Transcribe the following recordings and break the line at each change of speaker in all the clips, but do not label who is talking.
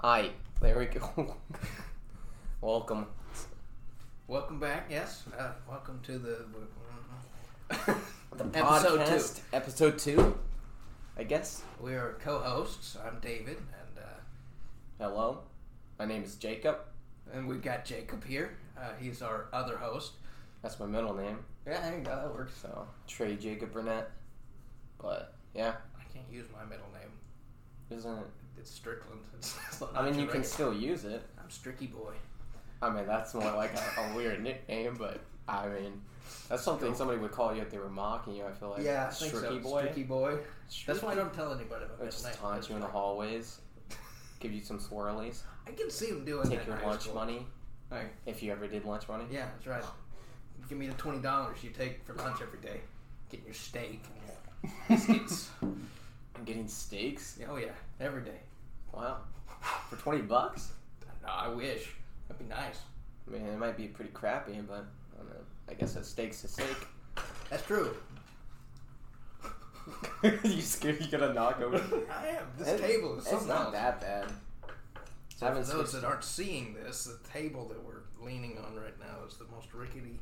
Hi, there we go. Welcome.
Welcome back. Yes, uh, welcome to the
The
Episode two.
podcast, Episode two, I guess.
we are co-hosts. I'm David, and uh,
Hello, my name is Jacob.
and we've got Jacob here. Uh, he's our other host.
That's my middle name,
Yeah, there you go. That works.
so Trey Jacob Burnett. But yeah,
I can't use my middle name.
isn't it?
It's Strickland. It's not
I mean, you can
Drake.
still use it.
I'm Stricky Boy.
I mean, that's more like a, a weird nickname, but I mean, that's something somebody would call you if they were mocking you. I feel like
yeah, I think
Stricky
so.
boy.
Stricky Boy. That's why I
Stricky?
don't tell anybody about
Or
my
just
middle name.
taunt you in the hallways, give you some swirlies,
I can see him doing that.
take
in
your
high
lunch
school.
money
Right.
if you ever did lunch money.
Yeah, that's right. Give me the twenty dollars you take for lunch every day. Getting your steak. Biscuits.
I'm getting steaks.
oh yeah, every day.
Wow, for twenty bucks.
No, I wish. That'd be nice.
I mean, it might be pretty crappy, but I, don't know. I guess a steak's a steak.
That's true.
you scared you're gonna knock over?
I am. This table is
It's
something
not
else.
that bad.
So
I've
for
been
those
switch-
that aren't seeing this, the table that we're leaning on right now is the most rickety.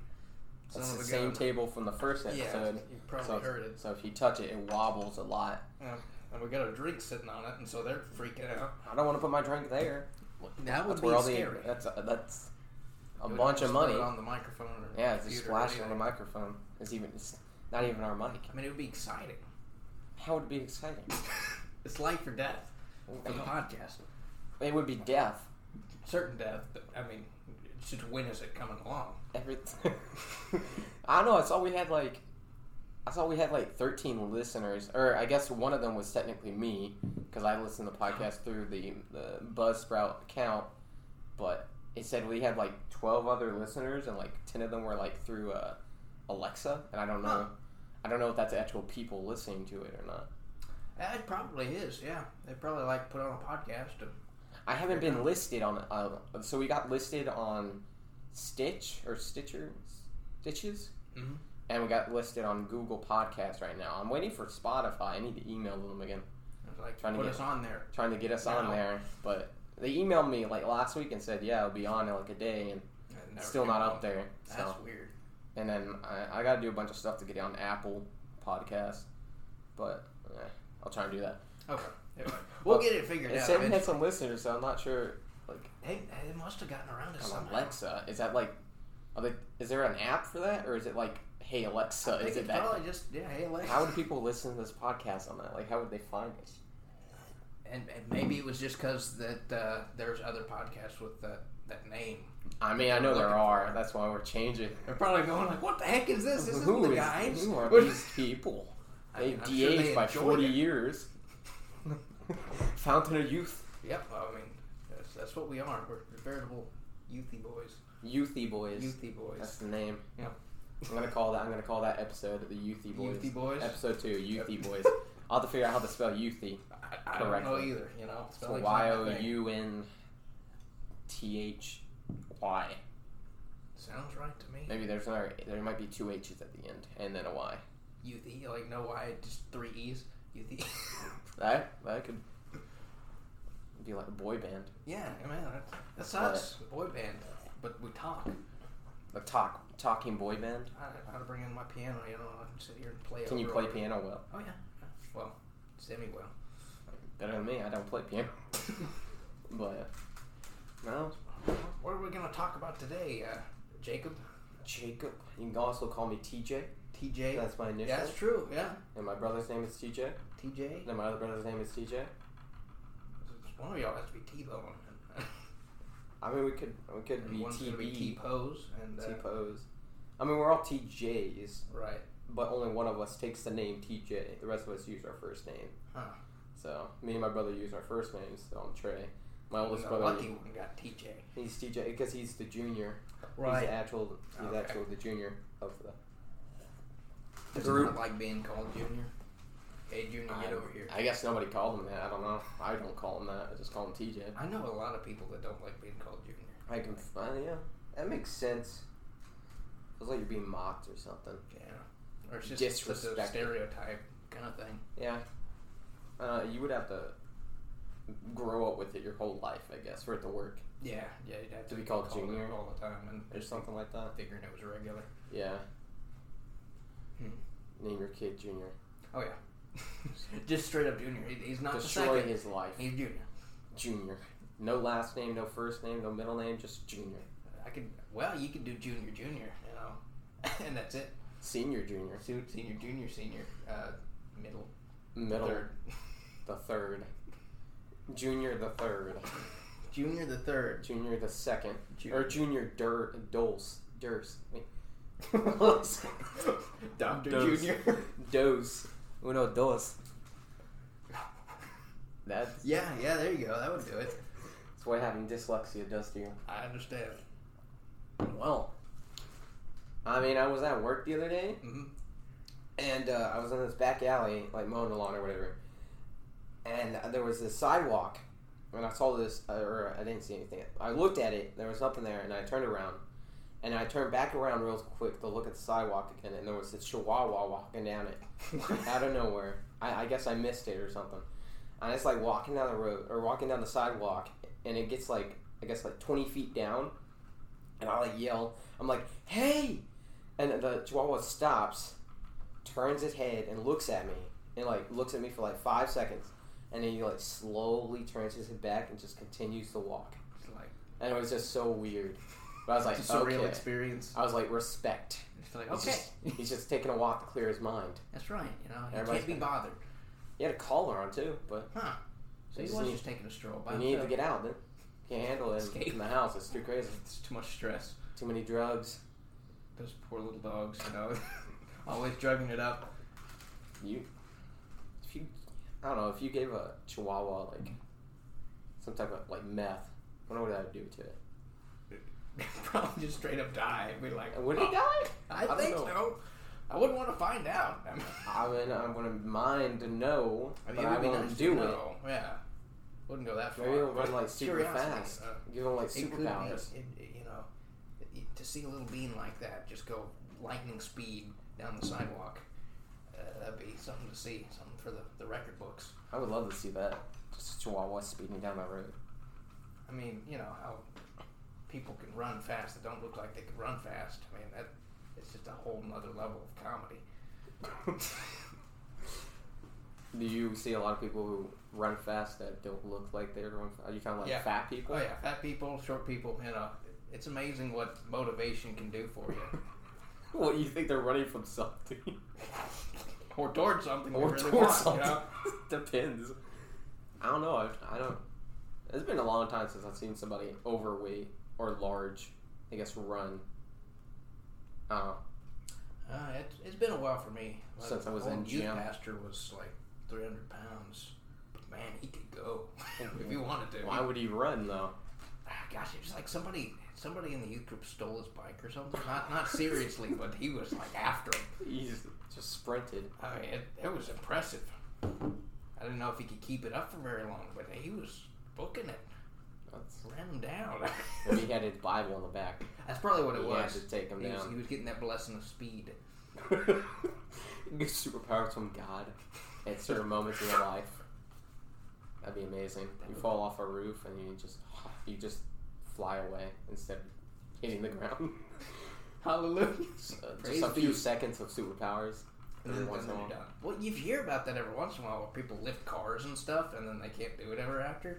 son
It's
of
the
a
same
gun.
table from the first
Yeah,
episode.
you probably
so,
heard it.
So if you touch it, it wobbles a lot.
Yeah. And we got a drink sitting on it, and so they're freaking out.
I don't want to put my drink there.
That would
that's
be
where all
scary.
the that's a, that's a
It would
bunch of
just blow
money.
it on the microphone. Or
Yeah, it's just
computer or
splashing on the
anything.
microphone. It's even it's not even our mic.
I mean, it would be exciting.
How would it be exciting?
it's life or death for the podcast.
It would be death.
Certain death, but I mean, it's just when is it coming along?
Everything. I don't know. I saw we had like, I saw we had like thirteen listeners, or I guess one of them was technically me because I listened to the
Uh-huh.
podcast through the the Buzzsprout account, but it said we had like twelve other listeners and like ten of them were like through uh, Alexa, and I don't know,
Huh.
I don't know if that's actual people listening to it or not.
Uh, It probably is, yeah. They probably like put on a podcast and
I haven't been listed on. Uh, so we got listed on Stitch or Stitcher, Stitches,
Mhm.
and we got listed on Google Podcasts right now. I'm waiting for Spotify. I need to email them again,
I was like
Trying to
put
get-
us on there.
trying to get us on
Wow.
there. But they emailed me like last week and said, "Yeah, it'll be on in like a day," and
It
it's
never
still
came
not
on.
up there. So,
That's weird.
and then I, I got to do a bunch of stuff to get it on Apple Podcasts, but eh, I'll try and do that.
Okay, Anyway, we'll get it figured
It
out.
said we had
eventually.
some listeners, so I'm not sure like
They, they must have gotten around to
on
something.
Alexa. Is that like, are they, is there an app for that, or is it like, hey Alexa,
I think
is it
it's
that?
probably just yeah, hey Alexa.
How would people listen to this podcast on that? Like, how would they find us?
and, and maybe it was just because that uh, there's other podcasts with that that name.
I mean, I know there
Looking
are. That's why we're changing.
They're probably going like, "What the heck is this? This isn't
Who
the
is-
guys."
Who are
What-
these people?
I
They
mean, I'm sure
de-aged
they
by
enjoyed
forty
it.
years. Fountain of youth,
Yep, well, I mean that's, that's what we are. We're veritable youthy boys.
youthy boys.
Youthy boys.
That's the name.
Yeah.
I'm gonna call that. I'm gonna call that episode the Youthy Boys.
Youthy boys.
Episode two, Youthy
Yep.
Boys. I'll have to figure out how to spell Youthy.
I, I don't know
Correctly.
either. You know,
So
Spelling's not
Y
my
O
thing.
U N T H Y.
sounds right to me.
Maybe there's another. There might be two H's at the end, and then a Y.
Youthy, like no Y, just three E's. Youthy.
That that could be like a boy band.
yeah, I mean that's, that's us, boy band. But we talk.
A talk talking boy band.
I I gotta bring in my piano. You know, I can sit here and play.
Can you
over
play
all-
piano well?
Oh yeah. yeah. Well, semi well.
Better than me. I don't play piano, but no.
what are we gonna talk about today, uh, Jacob?
Jacob. You can also call me TJ.
TJ.
That's my
yeah,
initial.
that's true. Yeah,
And my brother's name is TJ.
TJ.
And my other brother's name is TJ.
One of y'all has to be T-Bone.
I mean, we could we could
And one's gonna be
be TB,
T-Pose, and uh,
T pose. I mean, we're all TJs.
right.
but only one of us takes the name TJ. The rest of us use our first name.
Huh.
So me and my brother use our first names so I'm Trey. My oldest
the
brother,
lucky one got TJ.
he's TJ because he's the junior. He's the actual. He's
Okay.
actual the junior of the
Does
group.
not like being called Junior. Hey, Junior,
I-
get over here.
I guess nobody called him that. I don't know. I don't call him that. I just call him TJ.
I know a lot of people that don't like being called Junior.
I can. Uh, yeah, that makes sense. Feels like you're being mocked or something.
Yeah. Or it's just such a
Disrespected.
stereotype kind of thing.
Yeah. Uh, you would have to grow up with it your whole life, I guess, or at the work
Yeah, yeah, you'd have
To
to
be called
called it
junior?
all the time, and
or something like that.
figuring it was regular.
Yeah.
Hmm.
Name your kid Junior.
Oh yeah, just straight up junior. He- He's not the
Destroy
second.
his life.
He's junior.
Junior. No last name, no first name, no middle name, just Junior.
I could. Well, you could do junior, junior. You know, and that's it.
Senior Junior.
Se- Senior, junior, senior, uh, middle,
Middle.
third,
The third. Junior the third.
junior, the third.
Junior the second.
Ju-
Or Junior Dur Dulce. Durse. Wait.
Doctor
Dose.
Junior.
Dose. Uno dos. That's,
yeah, yeah. There you go. That would do it.
that's what having dyslexia does to you.
I understand.
Well, I mean, I was at work the other day,
hmm
and uh, I was in this back alley, like mowing the lawn or whatever, and there was this sidewalk, and I saw this, or I didn't see anything. I looked at it, there was nothing there, and I turned around, and I turned back around real quick to look at the sidewalk again, and there was this chihuahua walking down it out of nowhere. I, I guess I missed it or something. And it's like walking down the road or walking down the sidewalk, and it gets like I guess like twenty feet down, and I like yell. I'm like, "Hey!" And the chihuahua stops, turns his head and looks at me, and like looks at me for like five seconds, and then he like slowly turns his head back and just continues to walk.
It's like,
And it was just so weird. But I was like,
it's a surreal
okay.
experience.
I was like, respect.
It's like,
He's
okay,
just- he's just taking a walk to clear his mind.
that's right. You know, he
Everybody's
can't be
been-
bothered.
He had a collar on too, but
Huh.
You
So he
just
was
need-
just taking a stroll by
You need to get out. Then can't handle it
Escape.
in the house. It's too crazy.
It's too much stress.
Too many drugs.
Those poor little dogs, you know, always drugging it up.
You, if you, I don't know. If you gave a Chihuahua like some type of like meth, I don't know what that would do to it.
Probably just straight up die. We'd like,
And Would it die?
I,
don't
think
know.
so. I wouldn't want to find out. I mean,
I mean, I wouldn't mind to know,
I mean,
but
it would
I
be
won't
nice to
do it.
know. Yeah, wouldn't go that far.
Maybe it'll run like
But
super
curiosity,
fast.
uh,
Give them like
it could
superpowers.
be, it- it- you know, it- to see a little bean like that just go lightning speed down the sidewalk. Uh, that'd be something to see, something for the, the record books.
I would love to see that. Just a Chihuahua speeding down my road.
I mean, you know how people can run fast that don't look like they can run fast. I mean, that it's just a whole nother level of comedy.
Do you see a lot of people who run fast that don't look like they're running? Are you kind of like
Yeah.
fat people?
Oh yeah, fat people, short people, you know, it's amazing what motivation can do for you.
Well, you think they're running from something
or towards something.
or
you really
towards something?
want, You know?
Depends. I don't know. I, I don't. It's been a long time since I've seen somebody overweight or large. I guess run. I don't know.
Uh, it, it's been a while for me. My
Since I was
old
in
youth
gym.
pastor was like 300 pounds. But man, he could go if he wanted to.
Why would he run though?
Ah, Gosh, it was like somebody somebody in the youth group stole his bike or something. Not not seriously, but he was like after him.
He's just sprinted.
I mean, it, it was impressive. I didn't know if he could keep it up for very long, but he was booking it,
That's,
ran him down.
and he had his Bible on the back.
That's probably what it
He had
was.
to take him
He was, he
down.
was getting that blessing of speed.
Get superpowers from God at certain moments in your life. That'd be amazing. You fall off a roof and you just you just fly away instead of hitting the ground.
Hallelujah.
So,
Praise
just a few
be.
seconds of superpowers.
And then,
Every once
and then
in a while.
you're done. Well, you hear about that every once in a while where people lift cars and stuff, and then they can't do it ever after.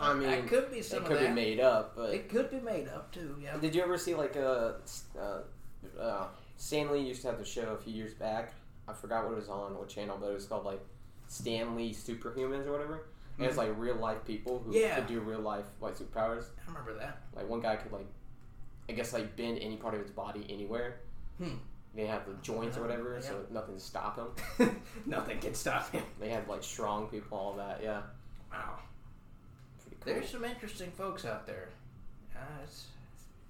I mean,
that could be some
It
of
could be
that.
made up, but
it could be made up too. Yeah.
did you ever see like a uh, uh, Stanley used to have the show a few years back? I forgot what it was on, what channel, but it was called like Stanley Superhumans or whatever. And it's like real life people who
Mm-hmm. Yeah.
could do real life like superpowers.
I remember that.
Like one guy could like, I guess like bend any part of his body anywhere.
Hmm. Uh,
They have the joints or whatever, so
Yeah.
nothing to stop him.
Nothing can stop him.
They have like strong people, all that. Yeah,
Wow.
pretty cool.
There's some interesting folks out there. Uh, it's,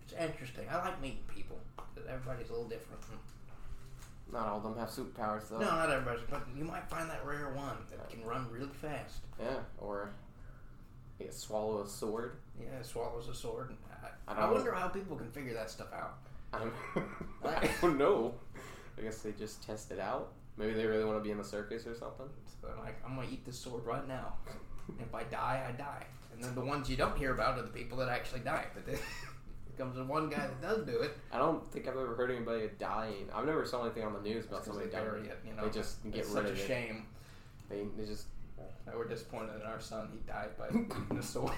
it's interesting. I like meeting people. 'cause Everybody's a little different.
Not all of them have superpowers though.
No, not everybody, but you might find that rare one that can run really fast.
Yeah, or they could swallow a sword.
Yeah, swallows a sword. And
I
I,
don't
I,
know.
wonder how people can figure that stuff out.
I don't, I don't know. I guess they just test it out. Maybe they really want to be in the circus or something.
So they're like, I'm gonna eat this sword right now. If I die, I die. And then the ones you don't hear about are the people that actually die. But then comes the one guy that does do it.
I don't think I've ever heard anybody dying. I've never saw anything on the news about
That's 'cause
somebody
they
dying.
bury it, you know.
They just get
it's
rid
such
of
a
it.
shame
They, they just
that we're disappointed in our son. He died by eating a sword.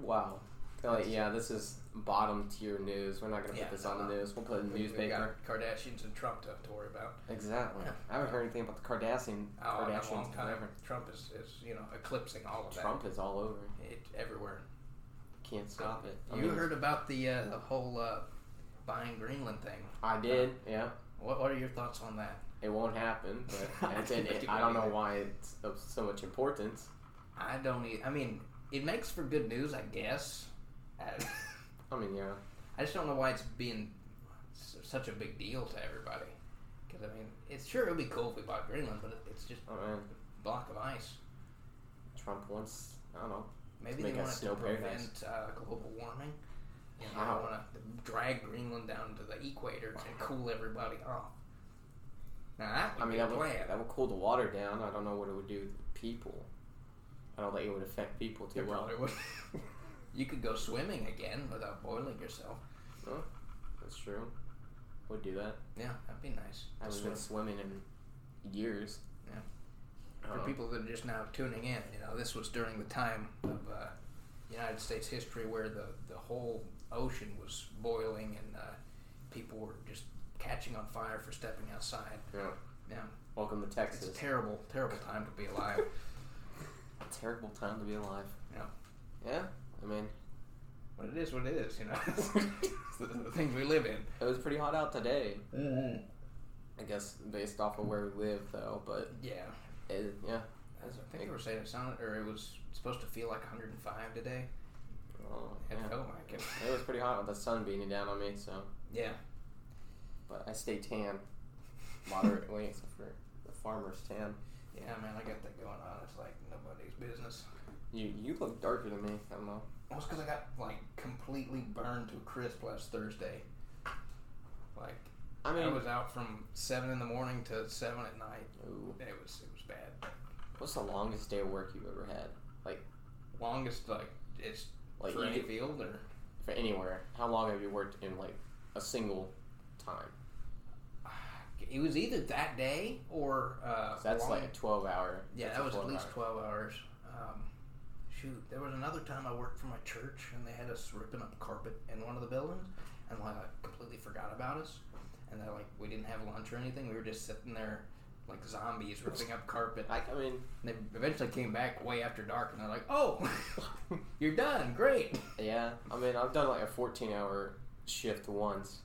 wow. They're like, yeah, this is bottom tier news. We're not gonna
Yeah,
put this
no.
on the news. We'll put it in the
We
newspaper.
got Kardashians and Trump to, to worry about.
Exactly.
Yeah.
I haven't heard anything about the Kardashian.
Oh, in
Kardashians.
a long time.
forever.
Trump is, is you know eclipsing all of that.
Trump is all over.
It, everywhere.
Can't stop it. I
You
mean,
heard about the uh, the whole uh, buying Greenland thing.
I did. Yeah.
What, what are your thoughts on that?
It won't happen. But
I
it's- and
think
it- I don't know
it-
why it's of so much importance.
I don't. E- I mean, it makes for good news, I guess. I,
I mean, yeah.
I just don't know why it's being s- such a big deal to everybody. Because I mean, it's sure it'd be cool if we bought Greenland, but it- it's just
I mean,
a block of ice.
Oh, Trump wants. I don't know.
Maybe
Make
they
a
wanted
snow
to prevent
paradise.
uh, global warming. You know,
How?
They want to drag Greenland down to the equator and cool everybody off. Now that would
I mean,
be a
that would,
plan.
that would cool the water down. I don't know what it would do to the people. I don't think it would affect people too
It
well.
probably would. you could go swimming again without boiling yourself.
That's true. Would do that.
Yeah, that'd be nice.
I
To
haven't
swim.
been swimming in years.
Yeah.
Um,
For people that are just now tuning in, you know, this was during the time of uh, United States history where the, the whole ocean was boiling and uh, people were just catching on fire for stepping outside.
Yeah.
Yeah.
welcome to
It's
Texas.
a terrible, terrible time to be alive.
a terrible time to be alive.
Yeah.
Yeah. I mean,
but it is what it is, you know. it's the, the things we live in.
it was pretty hot out today.
mm
Mm-hmm. I guess based off of where we live, though. But
Yeah.
it, yeah.
As I think they were saying it sounded, or it was supposed to feel like 105 today.
Oh,
It
yeah.
felt like it.
It was pretty hot with the sun beating down on me. So,
Yeah.
but I stay tan moderately, except for the farmer's tan.
Yeah, man, I got that going on. It's like nobody's business.
You you look darker than me. I don't know.
Well, it's 'cause I got like completely burned to a crisp last Thursday. Like
I
I,
mean,
was out from seven in the morning to seven at night.
ooh,
It was it was bad.
what's the longest day of work you've ever had?
Longest like it's
Like
for
you
any
could-
field or
for anywhere. How long have you worked in like a single time?
it was either that day or uh,
'Cause that's
long-
like a twelve hour.
yeah,
that's
that
a
was at
12
least
hour.
twelve hours. Um, shoot, there was another time I worked for my church and they had us ripping up carpet in one of the buildings, and like I completely forgot about us, and they like we didn't have lunch or anything. We were just sitting there like zombies ripping up carpet.
Like I mean,
And they eventually came back way after dark, and they're like, "Oh, you're done, great."
yeah. I mean, I've done like a fourteen hour shift once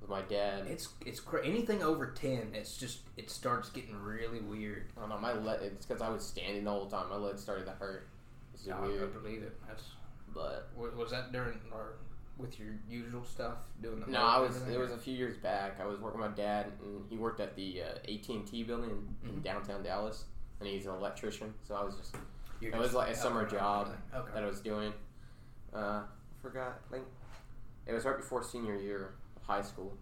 with my dad.
It's it's cra- anything over ten, it's just it starts getting really weird.
I don't know. My leg. It's because I was standing the whole time. My leg started to hurt. It's
Yeah, I I
weird,
believe it. That's
but
Wa- Was that during or with your usual stuff doing the
no,
work
I
and
was.
everything?
It was a few years back. I was working with my dad, and he worked at the uh, AT and T building in, in
Mhm.
downtown Dallas, and he's an electrician. So I was just
You're
it was
just
like a summer
helping
job
out and everything.
that
Okay.
I was doing. Uh, I forgot. I think it was right before senior year of high school.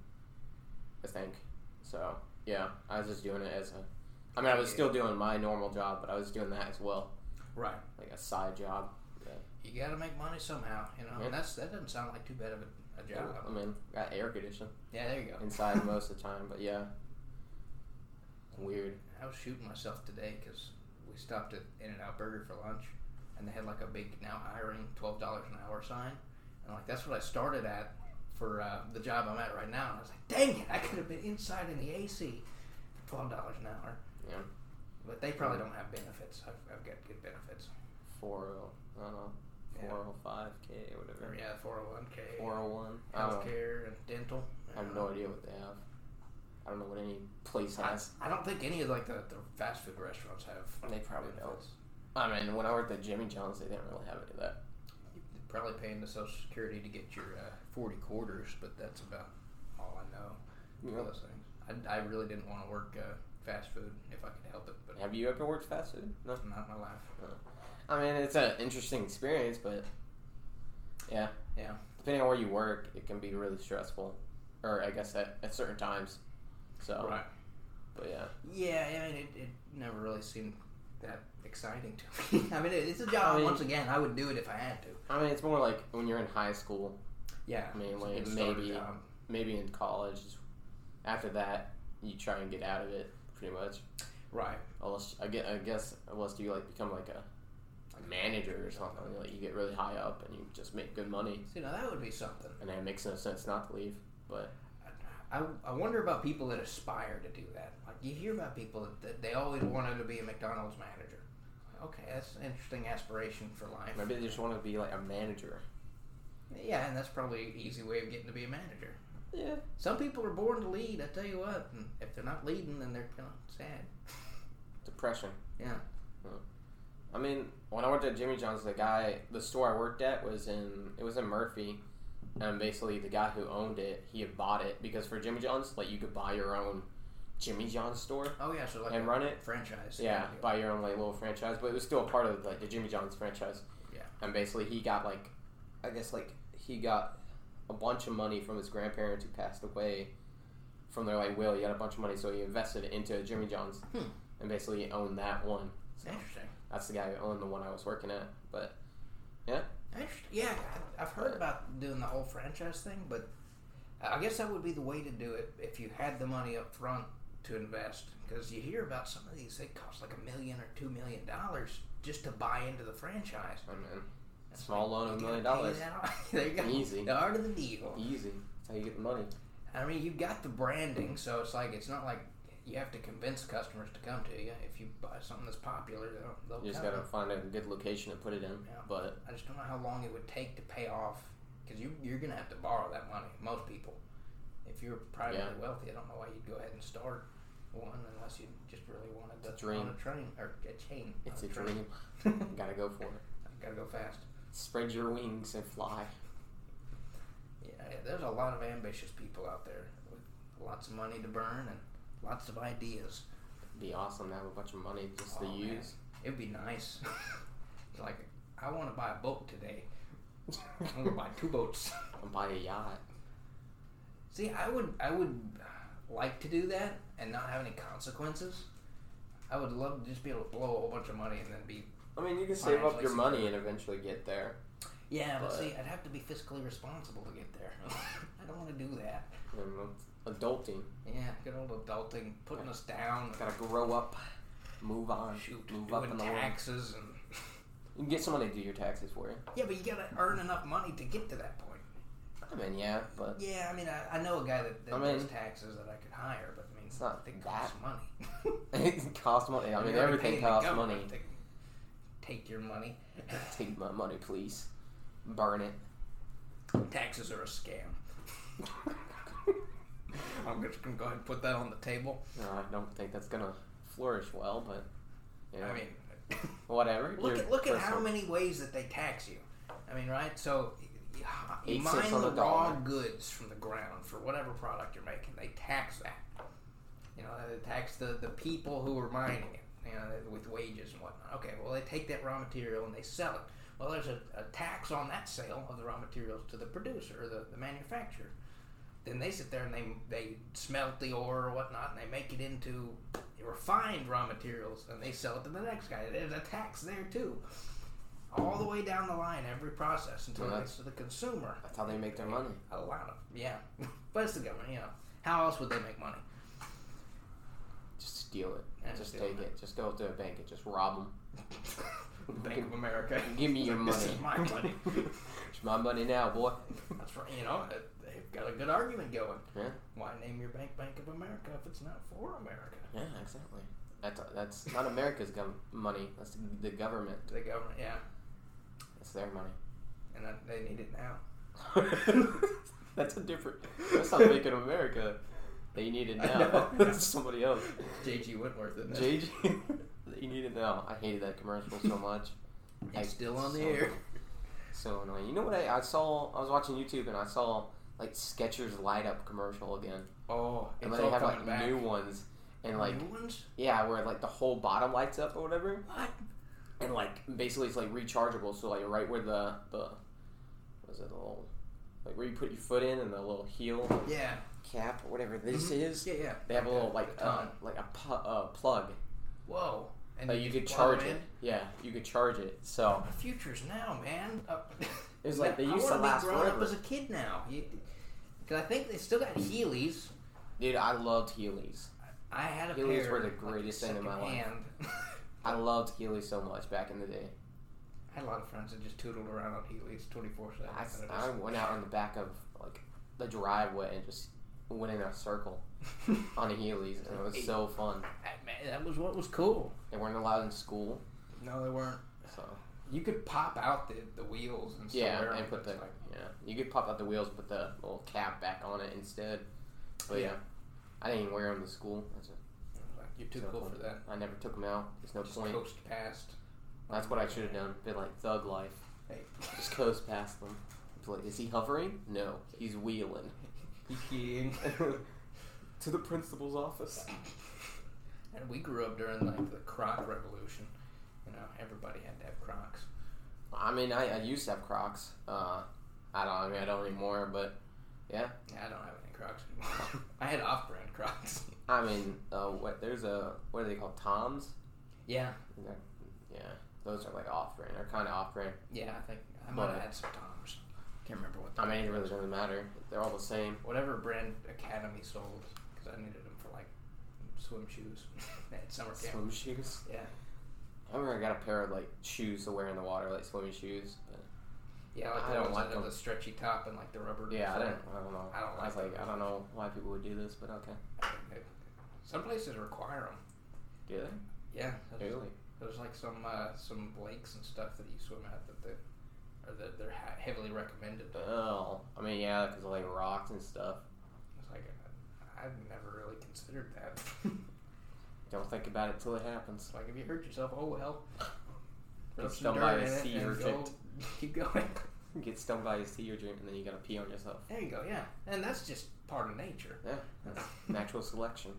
I think. So yeah, I was just doing it as a. I mean, I was still doing my normal job, but I was doing that as well,
Right.
like a side job.
You got to make money somehow, you know.
Yeah.
And that's that doesn't sound like too bad of a, a job.
I mean, got air conditioning
Yeah, there you go.
inside most of the time, but yeah, weird.
I was shooting myself today because we stopped at In and Out Burger for lunch, and they had like a big now hiring twelve dollars an hour sign, and like that's what I started at for uh, the job I'm at right now. And I was like, dang it, I could have been inside in the AC for twelve dollars an hour.
Yeah.
But they probably don't have benefits. I've, I've got good benefits.
Four oh, I don't know,
Yeah.
four oh five k or
Or,
whatever.
yeah, four hundred one k,
Four oh one. I don't know.
healthcare, and dental. Um,
I have no idea what they have. I don't know what any place
I,
has.
I don't think any of like the, the fast food restaurants have.
They probably don't.
benefits.
I mean, when I worked at Jimmy John's, they didn't really have any of that.
You're probably paying the Social Security to get your uh, 40 quarters, but that's about all I know.
You
about
know,
Those things. I, I really didn't want to work uh, fast food if I could help it, but
have you ever worked fast food? No.
not in my life.
I mean, it's an interesting experience, but yeah,
Yeah.
Depending on where you work, it can be really stressful, or I guess at, at certain times. So,
Right.
but yeah,
Yeah, I mean, it, it never really seemed that exciting to me. I mean, it- it's a job.
I mean-
once again, I would do it if I had to.
I mean, it's more like when you're in high school,
Yeah,
I mean,
it's a
like,
good starter
maybe-
job.
maybe in college. After that, you try and get out of it pretty much.
Right.
Unless I guess, I guess unless you like become like a, a manager or something, like you get really high up and you just make good money,
See, now that would be something.
and it makes no sense not to leave. But
I, I wonder about people that aspire to do that. Like you hear about people that, that they always wanted to be a McDonald's manager. Okay, that's an interesting aspiration for life.
maybe they just want to be like a manager.
Yeah, and that's probably an easy way of getting to be a manager.
Yeah,
Some people are born to lead. I tell you what, and if they're not leading, then they're kind of sad.
depression.
Yeah.
I mean, when I worked at Jimmy John's, the guy, the store I worked at was in, it was in Murphy, and basically the guy who owned it, he had bought it because for Jimmy John's, like you could buy your own Jimmy John's store
Oh yeah, so like
and
a
run it.
franchise.
Yeah,
kind of deal.
buy your own like little franchise, but it was still a part of like the Jimmy John's franchise.
Yeah.
And basically, he got like, I guess like he got a bunch of money from his grandparents who passed away. From their like will, he got a bunch of money, so he invested it into Jimmy John's,
Hmm.
and basically owned that one.
Interesting.
That's the guy who owned the one I was working at. But
Interesting. Yeah, I- I've heard about doing the whole franchise thing, but I guess that would be the way to do it if you had the money up front to invest. Because you hear about some of these, they cost like a million or two million dollars just to buy into the franchise.
I mean,
Oh, That's
small
like,
loan of a
you
million
gotta pay
dollars,
that off. there you go.
easy,
The art of the deal.
easy. That's how you get the money.
I mean, you've got the branding, so it's like it's not like you have to convince customers to come to you. If you buy something that's popular, they'll, they'll
You just
come.
gotta find a good location to put it in.
Yeah.
But
I just don't know how long it would take to pay off because you, you're going to have to borrow that money. Most people, if you're privately
Yeah.
wealthy, I don't know why you'd go ahead and start one unless you just really wanted
It's
to
a dream.
on a train or a chain. not
it's a
train.
dream. gotta go for it.
Gotta go fast.
Spread your wings and fly.
Yeah, yeah, there's a lot of ambitious people out there with lots of money to burn and lots of ideas.
be awesome to have a bunch of money just to
Oh, man.
use.
It'd be nice. like, I want to buy a boat today. I'm gonna buy two boats.
and buy a yacht.
See, I would I would like to do that and not have any consequences. I would love to just be able to blow a whole bunch of money and then be
I mean, you can
save
save
up
up
Financially
your
your money
money and eventually get there.
yeah, but,
But-
see, I'd have to be fiscally responsible to get there. I don't want to do that.
adulting.
Yeah, good old adulting, putting us down,
Gotta grow up, move on,
shoot,
move up
doing
in the world.
taxes and
You can get someone to do your taxes for you.
yeah, but you gotta earn enough money to get to that point.
I mean, yeah, but
Yeah, I mean, I, I know a guy that, that
I
does
mean-
taxes that I could hire, but I mean,
It's not
they
that-
cost money.
it costs money. I mean,
You're
everything
paying the
costs money.
government to Take your money.
Take my money, please. Burn it.
Taxes are a scam. I'm just gonna go ahead and put that on the table.
No, I don't think that's gonna flourish well, but you know,
I mean,
whatever.
look
Your
at look at how
personal-
many ways that they tax you. I mean, right? So you- you
Eight
mine
cents on
the
the
raw
dollar.
goods from the ground for whatever product you're making. They tax that. You know, they tax the the people who are mining it. You know, with wages and whatnot. Okay, well they take that raw material and they sell it. Well, there's a, a tax on that sale of the raw materials to the producer or the, the manufacturer. Then they sit there and they they smelt the ore or whatnot, and they make it into refined raw materials, and they sell it to the next guy. There's a tax there too, all the way down the line, every process until
Well,
it gets to the consumer.
That's how they make their money.
A lot of yeah, but it's the government. You know, how else would they make money?
Just steal it.
Yeah,
just
steal
take
it.
it. Just go to a bank and just rob them.
Bank of America.
Give me your money.
This is my money.
It's my money now, boy.
That's right. You know, they- they've got a good argument going.
Yeah.
Why name your bank Bank of America if it's not for America?
Yeah, exactly. That's that's not America's gov- money. That's the government.
The government, yeah,
That's their money.
and I, they need it now.
that's a different. That's not making America. They need it
I
now.
know.
That's somebody else.
J.G. Wentworth, isn't it?
JJ. they need it now. I hated that commercial so much.
It's still on the
So-
air.
So annoying. You know what? I, I saw. I was watching YouTube and I saw like Skechers light up commercial again,
Oh,
and
it's
then they
all
have
coming
like
back. Mm-hmm.
new ones, and like
new ones?
yeah, where like the whole bottom lights up or whatever,
What?
and like basically it's like rechargeable. So like right where the the was it the little like where you put your foot in and the little heel
Yeah.
cap or whatever this
Mhm.
is.
Yeah, yeah.
They have a little
a
like uh,
tongue.
like a pu- uh, plug,
Whoa. and
Like you could
plug
charge
'em
it.
in.
Yeah, you could charge it. So
The future's now, man. Uh,
It was like they
I
used to
wanna be
last
grown up
forever.
as a kid now. Because I think they still got Heelys.
dude, I loved Heelys.
I had a
Heelys
pair.
were the
like,
greatest thing in my life.
secondhand.
I loved Heelys so much back in the day.
I had a lot of friends that just tootled around on Heelys twenty four seven.
I, I went out on the back of like the driveway and just went in a circle on Heelys, and it was so fun.
man, that was what was cool.
They weren't allowed in school,
No, they weren't.
so
You could pop out the, the wheels and still
yeah,
wear 'em,
and put
but
the
it's like,
yeah. You could pop out the wheels, put the little cap back on it instead. But yeah,
Yeah.
I didn't even wear them to school. That's a,
like, you're too
that's no
cool
point.
for that.
I never took them out. There's no
Just
point.
coast past.
That's what I should have done. Been like thug life.
Hey.
Just coast past them. It's like, is he hovering? No, he's wheeling.
He's kidding.
to the principal's office.
And we grew up during like the Croc Revolution. You know, everybody had to have Crocs.
I mean, I, I used to have Crocs. Uh, I don't. I mean, I don't anymore. But
Yeah, I don't have any Crocs anymore. I had off-brand Crocs.
I mean, uh, what? There's a what are they called? Toms.
Yeah,
Yeah, those are like off-brand. They're kind of off-brand.
yeah. I think I might have
But-
had some Toms. Can't remember what.
I mean, it really doesn't matter. They're all the same.
whatever brand Academy sold because I needed them for like swim shoes at summer camp.
Swim shoes.
Yeah,
I remember I got a pair of like shoes to wear in the water, like swimming shoes. But
yeah. Like
I
the
don't
ones
like
that
them.
have the stretchy top and like the rubber.
yeah, I
sole.
don't. I don't know.
I don't
I was
like
like, I don't know why people would do this, but okay.
Some places require them.
Do they?
Yeah, there's,
Really?
there's like some uh, some lakes and stuff that you swim at that they or that they're ha- heavily recommended.
Oh, I mean, yeah, because like rocks and stuff.
It's like uh, I've never really considered that.
Don't think about it till it happens.
It's like if you hurt yourself, oh well. Rub
Get
some
stung by
dirt
a
in it
sea
and
urchin.
go- Keep going.
Get stung by a sea urchin, and then you gotta pee on yourself.
There you go. Yeah, and that's just part of nature.
Yeah, that's natural selection.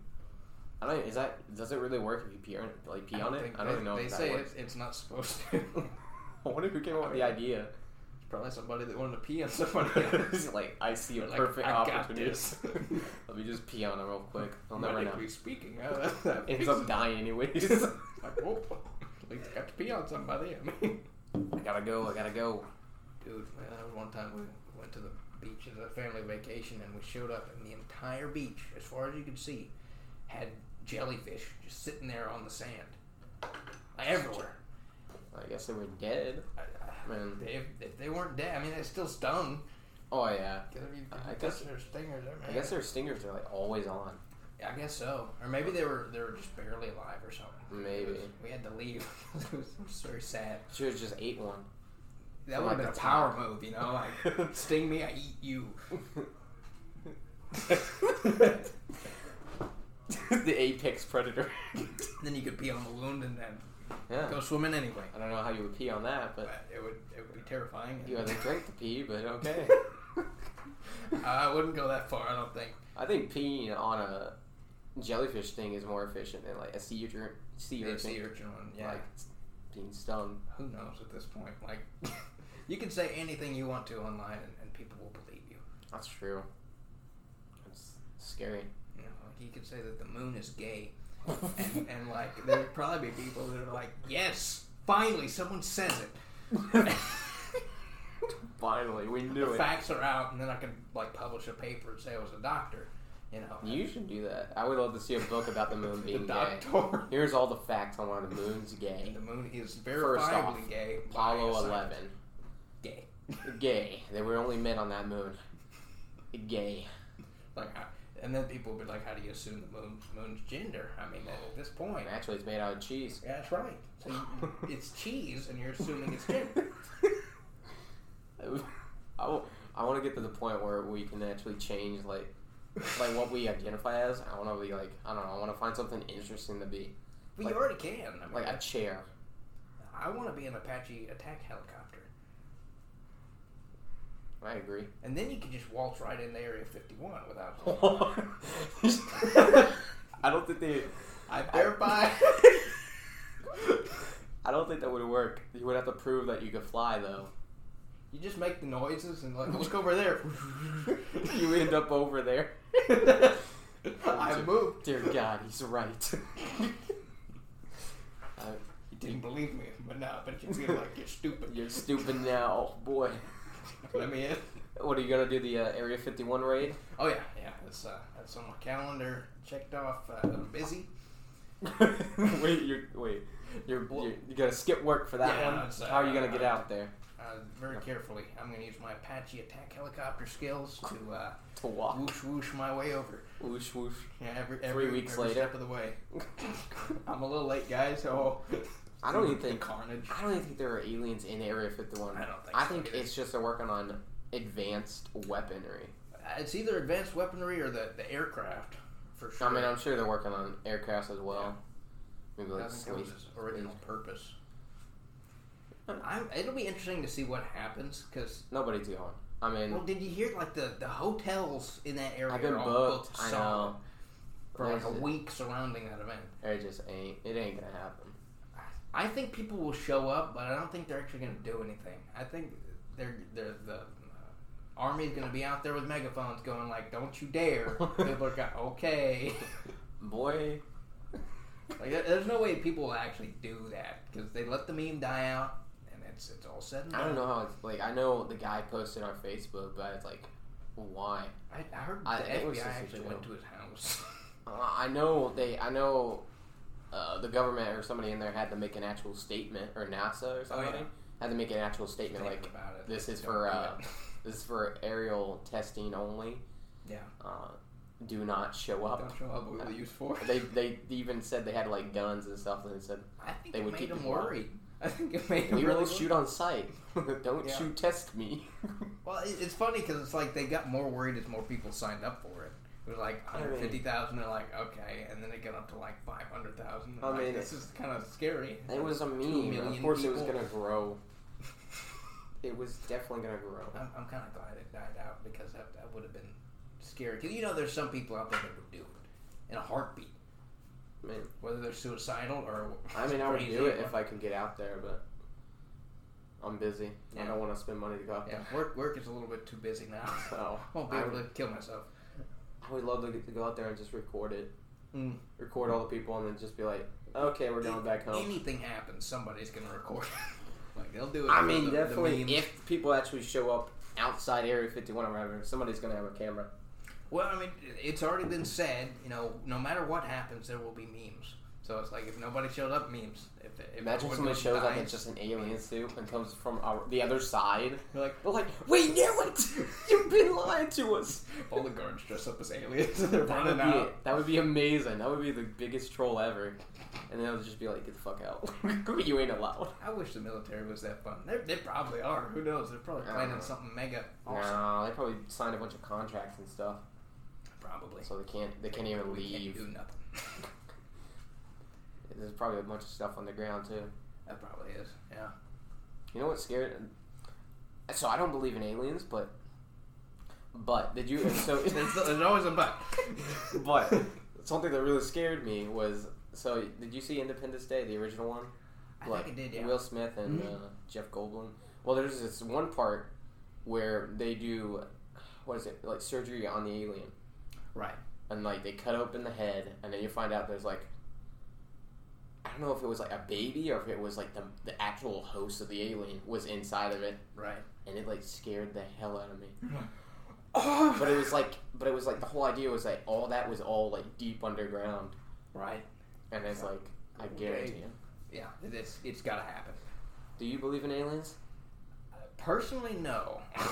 I don't. Is that does it really work if you pee on like pee on it?
think
I don't
they,
even know
They
if that
say
works.
It's, it's not supposed to. it's
I wonder who came up with the idea.
probably somebody that wanted to pee on somebody else.
It's like I see a
They're like,
perfect
"I got
opportunity.
this."
Let me just pee on him real quick. They'll never know.
Medically speaking, uh, that
Ends
makes-
up dying anyways.
like, oh, at least I got to pee on somebody. I mean,
I gotta go. I gotta go.
dude, man, that was one time we went to the beach as a family vacation, and we showed up, and the entire beach, as far as you could see, had jellyfish just sitting there on the sand, Like, everywhere.
I guess they were dead.
I, I,
Man.
they, if, if they weren't dead, I mean, they still stung.
Oh yeah.
'Cause if you- if
I
you
guess-
touch their stingers. I, mean,
I guess their stingers are like always on.
I guess so. Or maybe they were they were just barely alive or something. It
Maybe
was- we had to leave. it, was, it was very sad.
should have just ate one.
That
I'm
would
like,
have been a
"That's
power
mine."
move, you know? Like, sting me, I eat you.
the apex predator.
Then you could pee on the wound and then
yeah.
go swimming anyway.
I don't know how you would pee on that, but
But it would it would be terrifying. Uh,
you either drink the pee, but okay.
I wouldn't go that far. I don't think.
I think peeing on a jellyfish thing is more efficient than like a sea urchin. Sea
The
urchin.
sea urchin one. Yeah.
Like being stung.
who knows at this point? Like, you can say anything you want to online and, and people will believe you.
That's true. That's scary.
You know, like you could say that the moon is gay and, and like there'd probably be people that are like, yes, finally someone says it.
Finally, we knew
the
it.
facts are out, and then I can like publish a paper and say I was a doctor. You know,
You should do that. I would love to see a book about the moon
the
being gay.
doctor.
Here's all the facts on why the moon's gay.
The moon is
First off,
verifiably gay. by
Apollo
science.
11.
Gay.
Gay. They were only men on that moon. Gay.
Like, how- and then people would be like, how do you assume the moon, moon's gender? I mean,
Oh.
at this point,
Actually, it's made out of cheese.
that's right. So you, it's cheese, and you're assuming it's gender.
I, want to get to the point where we can actually change, like, like what we identify as. I want to be like, I don't know. I want to find something interesting to be,
But
like-
you already can. I mean,
like a chair.
I want to be an Apache attack helicopter.
I agree.
And then you can just waltz right into Area 51 without.
I don't think they.
I verify.
I don't think that would work. You would have to prove that you could fly, though.
you just make the noises and like look over there.
you end up over there.
I moved.
Dear God, he's right. I,
didn't believe me, but now I bet you feel like you're stupid.
You're stupid now, boy.
Let me in.
What are you gonna do? The uh, Area 51 raid?
Oh yeah, yeah. That's uh, that's on my calendar. Checked off. Uh, I'm busy.
wait, you're wait. You're,
Well-
you're you gotta skip work for that
Yeah,
one.
it's, uh,
How are you gonna get out there
Uh, very carefully. I'm going to use my Apache attack helicopter skills to uh,
to walk?
whoosh whoosh my way over.
Whoosh whoosh.
Yeah, every, every
weeks
every
later.
step of the way. I'm a little late, guys. So
I don't even
The
think-
carnage.
I don't even think there are aliens in Area 51.
I don't think
I
so
think
either.
it's just they're working on advanced weaponry.
Uh, It's either advanced weaponry or the, the aircraft, for sure.
I mean, I'm sure they're working on aircrafts as well. Maybe
I
like
think it was
space.
his original purpose. I'm, it'll be interesting to see what happens because.
Nobody's going. I mean,
Well, did you hear like the, the hotels in that area
I've been
are all
booked.
booked
I
solid
know.
for like a
There's it.
week surrounding that event?
It just ain't. It ain't gonna happen.
I think people will show up, but I don't think they're actually going to do anything. I think they're they're the uh, army's going to be out there with megaphones, going like, "Don't you dare!" people are going, "Okay."
Boy,
like, there- there's no way people will actually do that because they let the meme die out, and it's it's all said and done.
I don't know how. It's, like I know the guy posted on Facebook, but it's like, why?
I, I heard the
I- it was
FBI
just a
actually went
joke.
to his house.
Uh, I know they. I know uh, the government or somebody in there had to make an actual statement, or NASA or
Oh, yeah.
somebody had to make an actual statement,
Thinking
like
about it.
this is
Don't
for,
do
uh,
it.
this is for aerial testing only.
Yeah.
Uh, do not show up.
don't show up. We will use force.
They they even said they had like guns and stuff, and they said
I think
they
it
would
made
keep
them
people out.
worried. I think it made them
we really
worried.
shoot on sight. Don't
Yeah.
shoot test me.
Well, it- it's funny because it's like they got more worried as more people signed up for it. It was like
I mean-
150,000. They're like, okay, and then it got up to like 500,000.
I
I
mean,
mean, this is kind of scary.
It was a meme.
million
Of course, it was
people.
gonna grow. It was definitely gonna grow.
I'm, I'm kind of glad it died out because that, that would have been scary. Because you know, there's some people out there that would do it in a heartbeat,
Man,
whether they're suicidal or.
I mean, I would do it if I could get out there, but I'm busy. I
Yeah.
don't want to spend money to go out
Yeah,
there.
work work is a little bit too busy now.
So
Won't be
I
able
would,
to kill myself.
I would love to, get to go out there and just record it,
Mm.
record all the people, and then just be like, "Okay,
E
we're going back home."
Anything happens, somebody's gonna record. it. like they'll do it.
I
for
mean,
the- the
definitely,
memes.
if people actually show up outside Area 51 or whatever, somebody's gonna have a camera.
Well, I mean, it's already been said. You know, no matter what happens, there will be memes. So it's like if nobody shows up, memes. If, if
Imagine
everyone
somebody
goes
shows up
dies,
in just an alien suit and comes from our, the other side.
you're like
We're like, we knew it! You've been lying to us!
all the guards dress up as aliens and they're
That would,
running
be,
out.
that would be amazing. That would be the biggest troll ever. And then I would just be like, get the fuck out. you ain't allowed.
I wish the military was that fun. They're, they probably are. Who knows? They're probably
Yeah.
planning something mega awesome.
No, they probably signed a bunch of contracts and stuff,
Probably.
so they can't they can't even
We can't do
leave.
nothing.
There's probably a bunch of stuff on the ground too.
that probably is. Yeah.
You know what scared? So I don't believe in aliens, but but did you? So
there's, there's always a but.
But something that really scared me was so did you see Independence Day, the original one?
I
Like,
think it did. Yeah.
Will Smith and
Mhm.
uh, Jeff Goldblum. Well, there's this one part where they do what is it like surgery on the alien,
Right.
and like they cut open the head, and then you find out there's like I don't know if it was like a baby or if it was like the the actual host of the alien was inside of it,
Right.
and it like scared the hell out of me.
Oh.
But it was like, but it was like the whole idea was that all that was all like deep underground.
right.
And it's
Yeah.
like, I
Okay.
guarantee you.
Yeah. It's it's got to happen.
Do you believe in aliens?
Personally, no.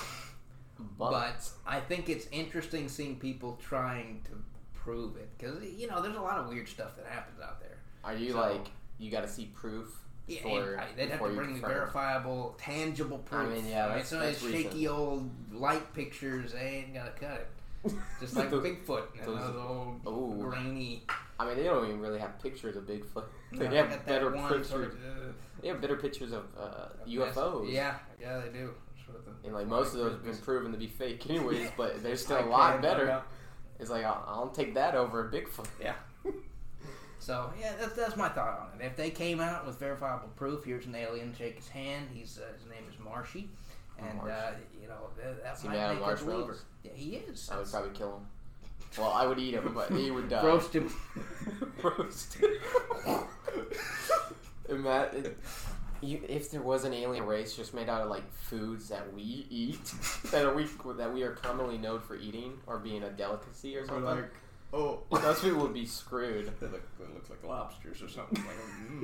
But,
but I think it's interesting seeing people trying to prove it because you know there's a lot of weird stuff that happens out there.
are you
so-
like, you got to see proof
Yeah,
before,
and I- they'd have
before
to
you
bring me
confirm?
verifiable, tangible proof.
mean, yeah,
I mean,
that's-
some of
that's
these shaky old light pictures they ain't gonna cut it. Just like
Those-
Bigfoot and
those-
those old
oh.
grainy.
I mean, they don't even really have pictures of Bigfoot. they
I got
have
that
better
one
pictures.
sort of,
They have better pictures of uh,
uh,
UFOs.
Yeah, yeah, they do. Sort of the-
And like most of those have been
Christmas.
proven to be fake, anyways.
Yeah.
But they're still
I
a lot
can't
better.
remember.
It's like I'll, I'll take that over a Bigfoot.
Yeah. So yeah, that's that's my thought on it. If they came out with verifiable proof, here's an alien, shake his hand. He's uh, his name is Marshy, and uh,
Marshy.
you know that, that
Is he
might
made out of
make a believer.
marshmallows?
Yeah, he is.
I would probably kill him. Well, I would eat him, but he would die.
Roast him.
Roast. Ima- it- you, if there was an alien race just made out of like foods that we eat, that we that we are commonly known for eating or being a delicacy or
We're
something,
like, oh,
those people would be screwed.
They look, they look like lobsters or something. Like,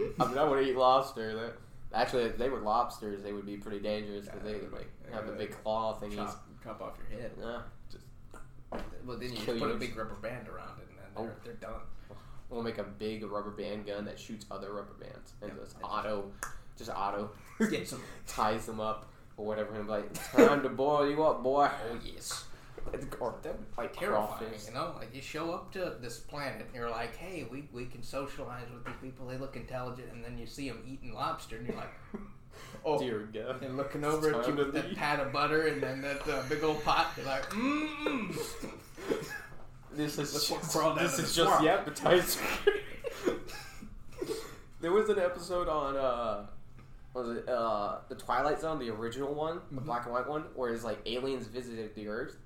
mm.
I mean, I would eat lobster. That actually, if they were lobsters, they would be pretty dangerous because they would like have the big claw thingies.
chop, chop off your head.
Yeah.
Well, then you
Kill
just put a
yours. Oh.
big rubber band around it, and then they're, they're done.
We'll make a big rubber band gun that shoots other rubber bands and
Yep.
just auto, just auto
Get some.
ties them up or whatever and be like, time to boil you up, boy.
Oh yes.
Or like
Terrifying,
crawfish.
you know. Like you show up to this planet, and you're like, "Hey, we, we can socialize with these people. They look intelligent." And then you see them eating lobster, and you're like,
Oh,
Dear God.
and looking over at you
time to
with that
leave.
pat of butter, and then that uh, big old pot. You're like, "Mmm."
This is
Let's
just,
crawl down
this
to
is
the
just the
swamp.
appetizer. there was an episode on uh, what was it uh, the Twilight Zone, the original one, the black and white one, where it's like aliens visited the Earth,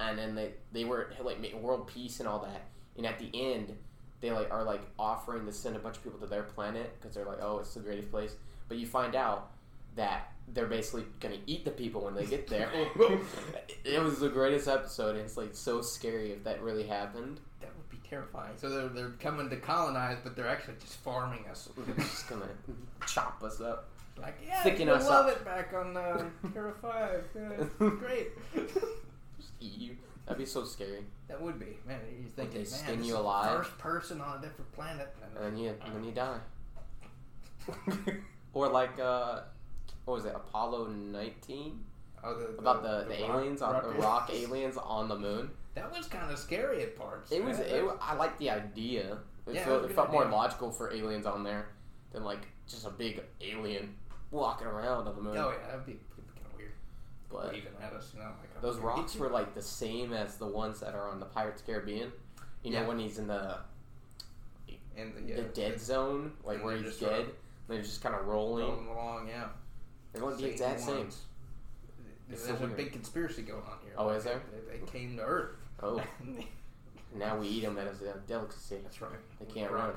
and then they they were like making world peace and all that, and at the end they like are like offering to send a bunch of people to their planet because they're like, oh, it's the greatest place, but you find out that they're basically gonna eat the people when they get there. it was the greatest episode, and it's like so scary if that really happened.
That would be terrifying. So they're, they're coming to colonize, but they're actually just farming us.
They're just gonna chop us up.
Like, yeah,
Thicken
Thicken
us
love
up.
it back on uh, Terra 5. Yeah, great.
Just eat you. That'd be so scary.
That would be. Man, you think
they
man,
skin
this
you
is the
alive?
First person on a different planet.
And then you, and then you die. Or like, uh, what was it, Apollo 19?
oh, the,
About the, the, aliens, on, the
rocket.
rock aliens on the moon.
That was kind of scary at parts.
It was,
man.
it, wa- I like the idea. It,
Yeah, it
felt,
was a
it
good
felt more
idea.
logical for aliens on there than like just a big alien walking around on the moon.
Oh, yeah, that'd be, that'd be kind of weird.
But
Waving at us, you know, like,
Those
oh,
rocks were like the same as the ones that are on the Pirates Caribbean. You know
Yeah.
when he's in the
And the, yeah,
the dead zone, like
and
where
they're
he's
just
dead,
sort of
and they're just kind of rolling.
rolling along, yeah.
they weren't the exact same.
Oh. ones.
It's
There's
so
a
weird.
big conspiracy going on here.
Oh, is there?
They, they came to Earth.
Oh, now we eat them as a delicacy.
That's right.
They can't run.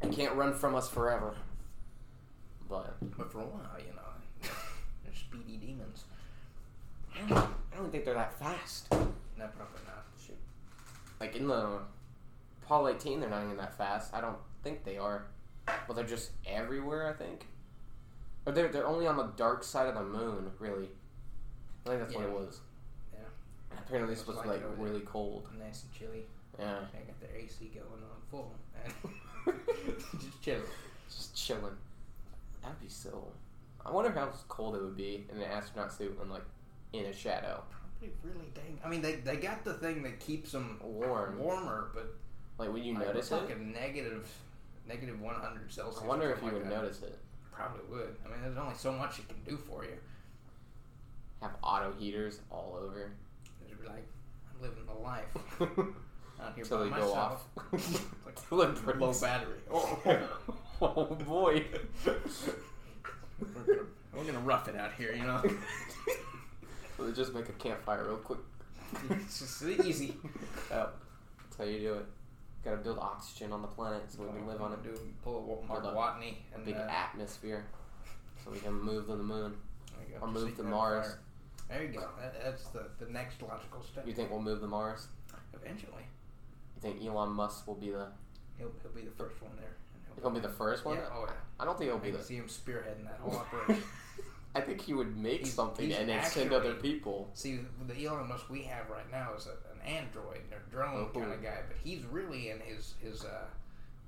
They can't run from us forever. But
But for a while, you know, they're speedy demons.
I don't, I don't think they're that fast.
No, probably not. Shoot.
Like in the Apollo 18, they're not even that fast. I don't think they are. Well, they're just everywhere. I think. Or they're they're only on the dark side of the moon, really. I think that's what it
Yeah.
was.
Yeah.
And apparently, it's
It was
supposed to be
like
like
over there.
really cold.
Nice and chilly.
Yeah,
I got their AC going on full. Just chill.
just chilling. That'd be so. I wonder how cold it would be in an astronaut suit and like in a shadow,
Probably really dang. I mean, they, they got the thing that keeps them
warm.
warmer, but
Like, would you
like,
notice
we're
it?
talking negative, negative 100 Celsius.
I
or
wonder if
something
you
like
would
that.
notice it.
Probably would. I mean, there's only so much it can do for you.
Have auto heaters all over.
It'd be like, I'm living the life out here
Until
by
they go
myself.
off.
It's like
Till it
low
breaks.
battery.
Oh, oh boy.
we're, gonna, we're gonna rough it out here, you know.
Let's just make a campfire real quick.
it's just easy.
Oh, that's how you do it. Gotta build oxygen on the planet so we can live on it.
Do pull a Mark
Hold
Watney
A
and
big
uh,
atmosphere so we can move to the moon.
there you go,
or
just
move
leave
to
it on
Mars.
fire. There you go. That, that's the, the next logical step.
You think we'll move to Mars?
Eventually,
You think Elon Musk will be the
he'll, he'll be the first one there. and
he'll be the first one?
Yeah, oh yeah.
I don't think he'll
I
be
can
the
see him spearheading that whole operation.
I think he would make
He's-
something
he's
and then send
actually-
other people.
see, the Elon Musk we have right now is a, an android or drone
Oh.
kind of guy, but he's really in his his uh,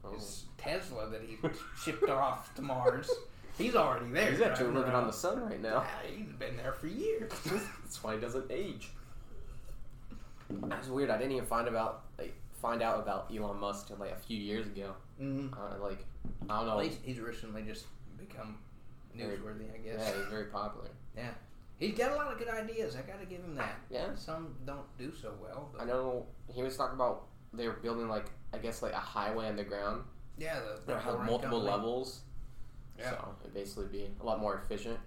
Oh.
his Tesla that he shipped off to Mars. He's already there.
He's actually
driving
living on
around.
the sun right now.
Yeah, he's been there for years.
That's why he doesn't age. That's weird. I didn't even find about like find out about Elon Musk till like a few years ago.
mm.
Uh, like I don't know.
He's, he's recently just become newsworthy, I guess.
yeah, he's very popular.
He's got a lot of good ideas. I gotta give him that.
Yeah.
Some don't do so well,
I
but
know he was talking about they were building like I guess like a highway underground.
yeah, the, the
that had
Boring
multiple
Company.
levels.
Yeah.
So it'd basically be a lot more efficient.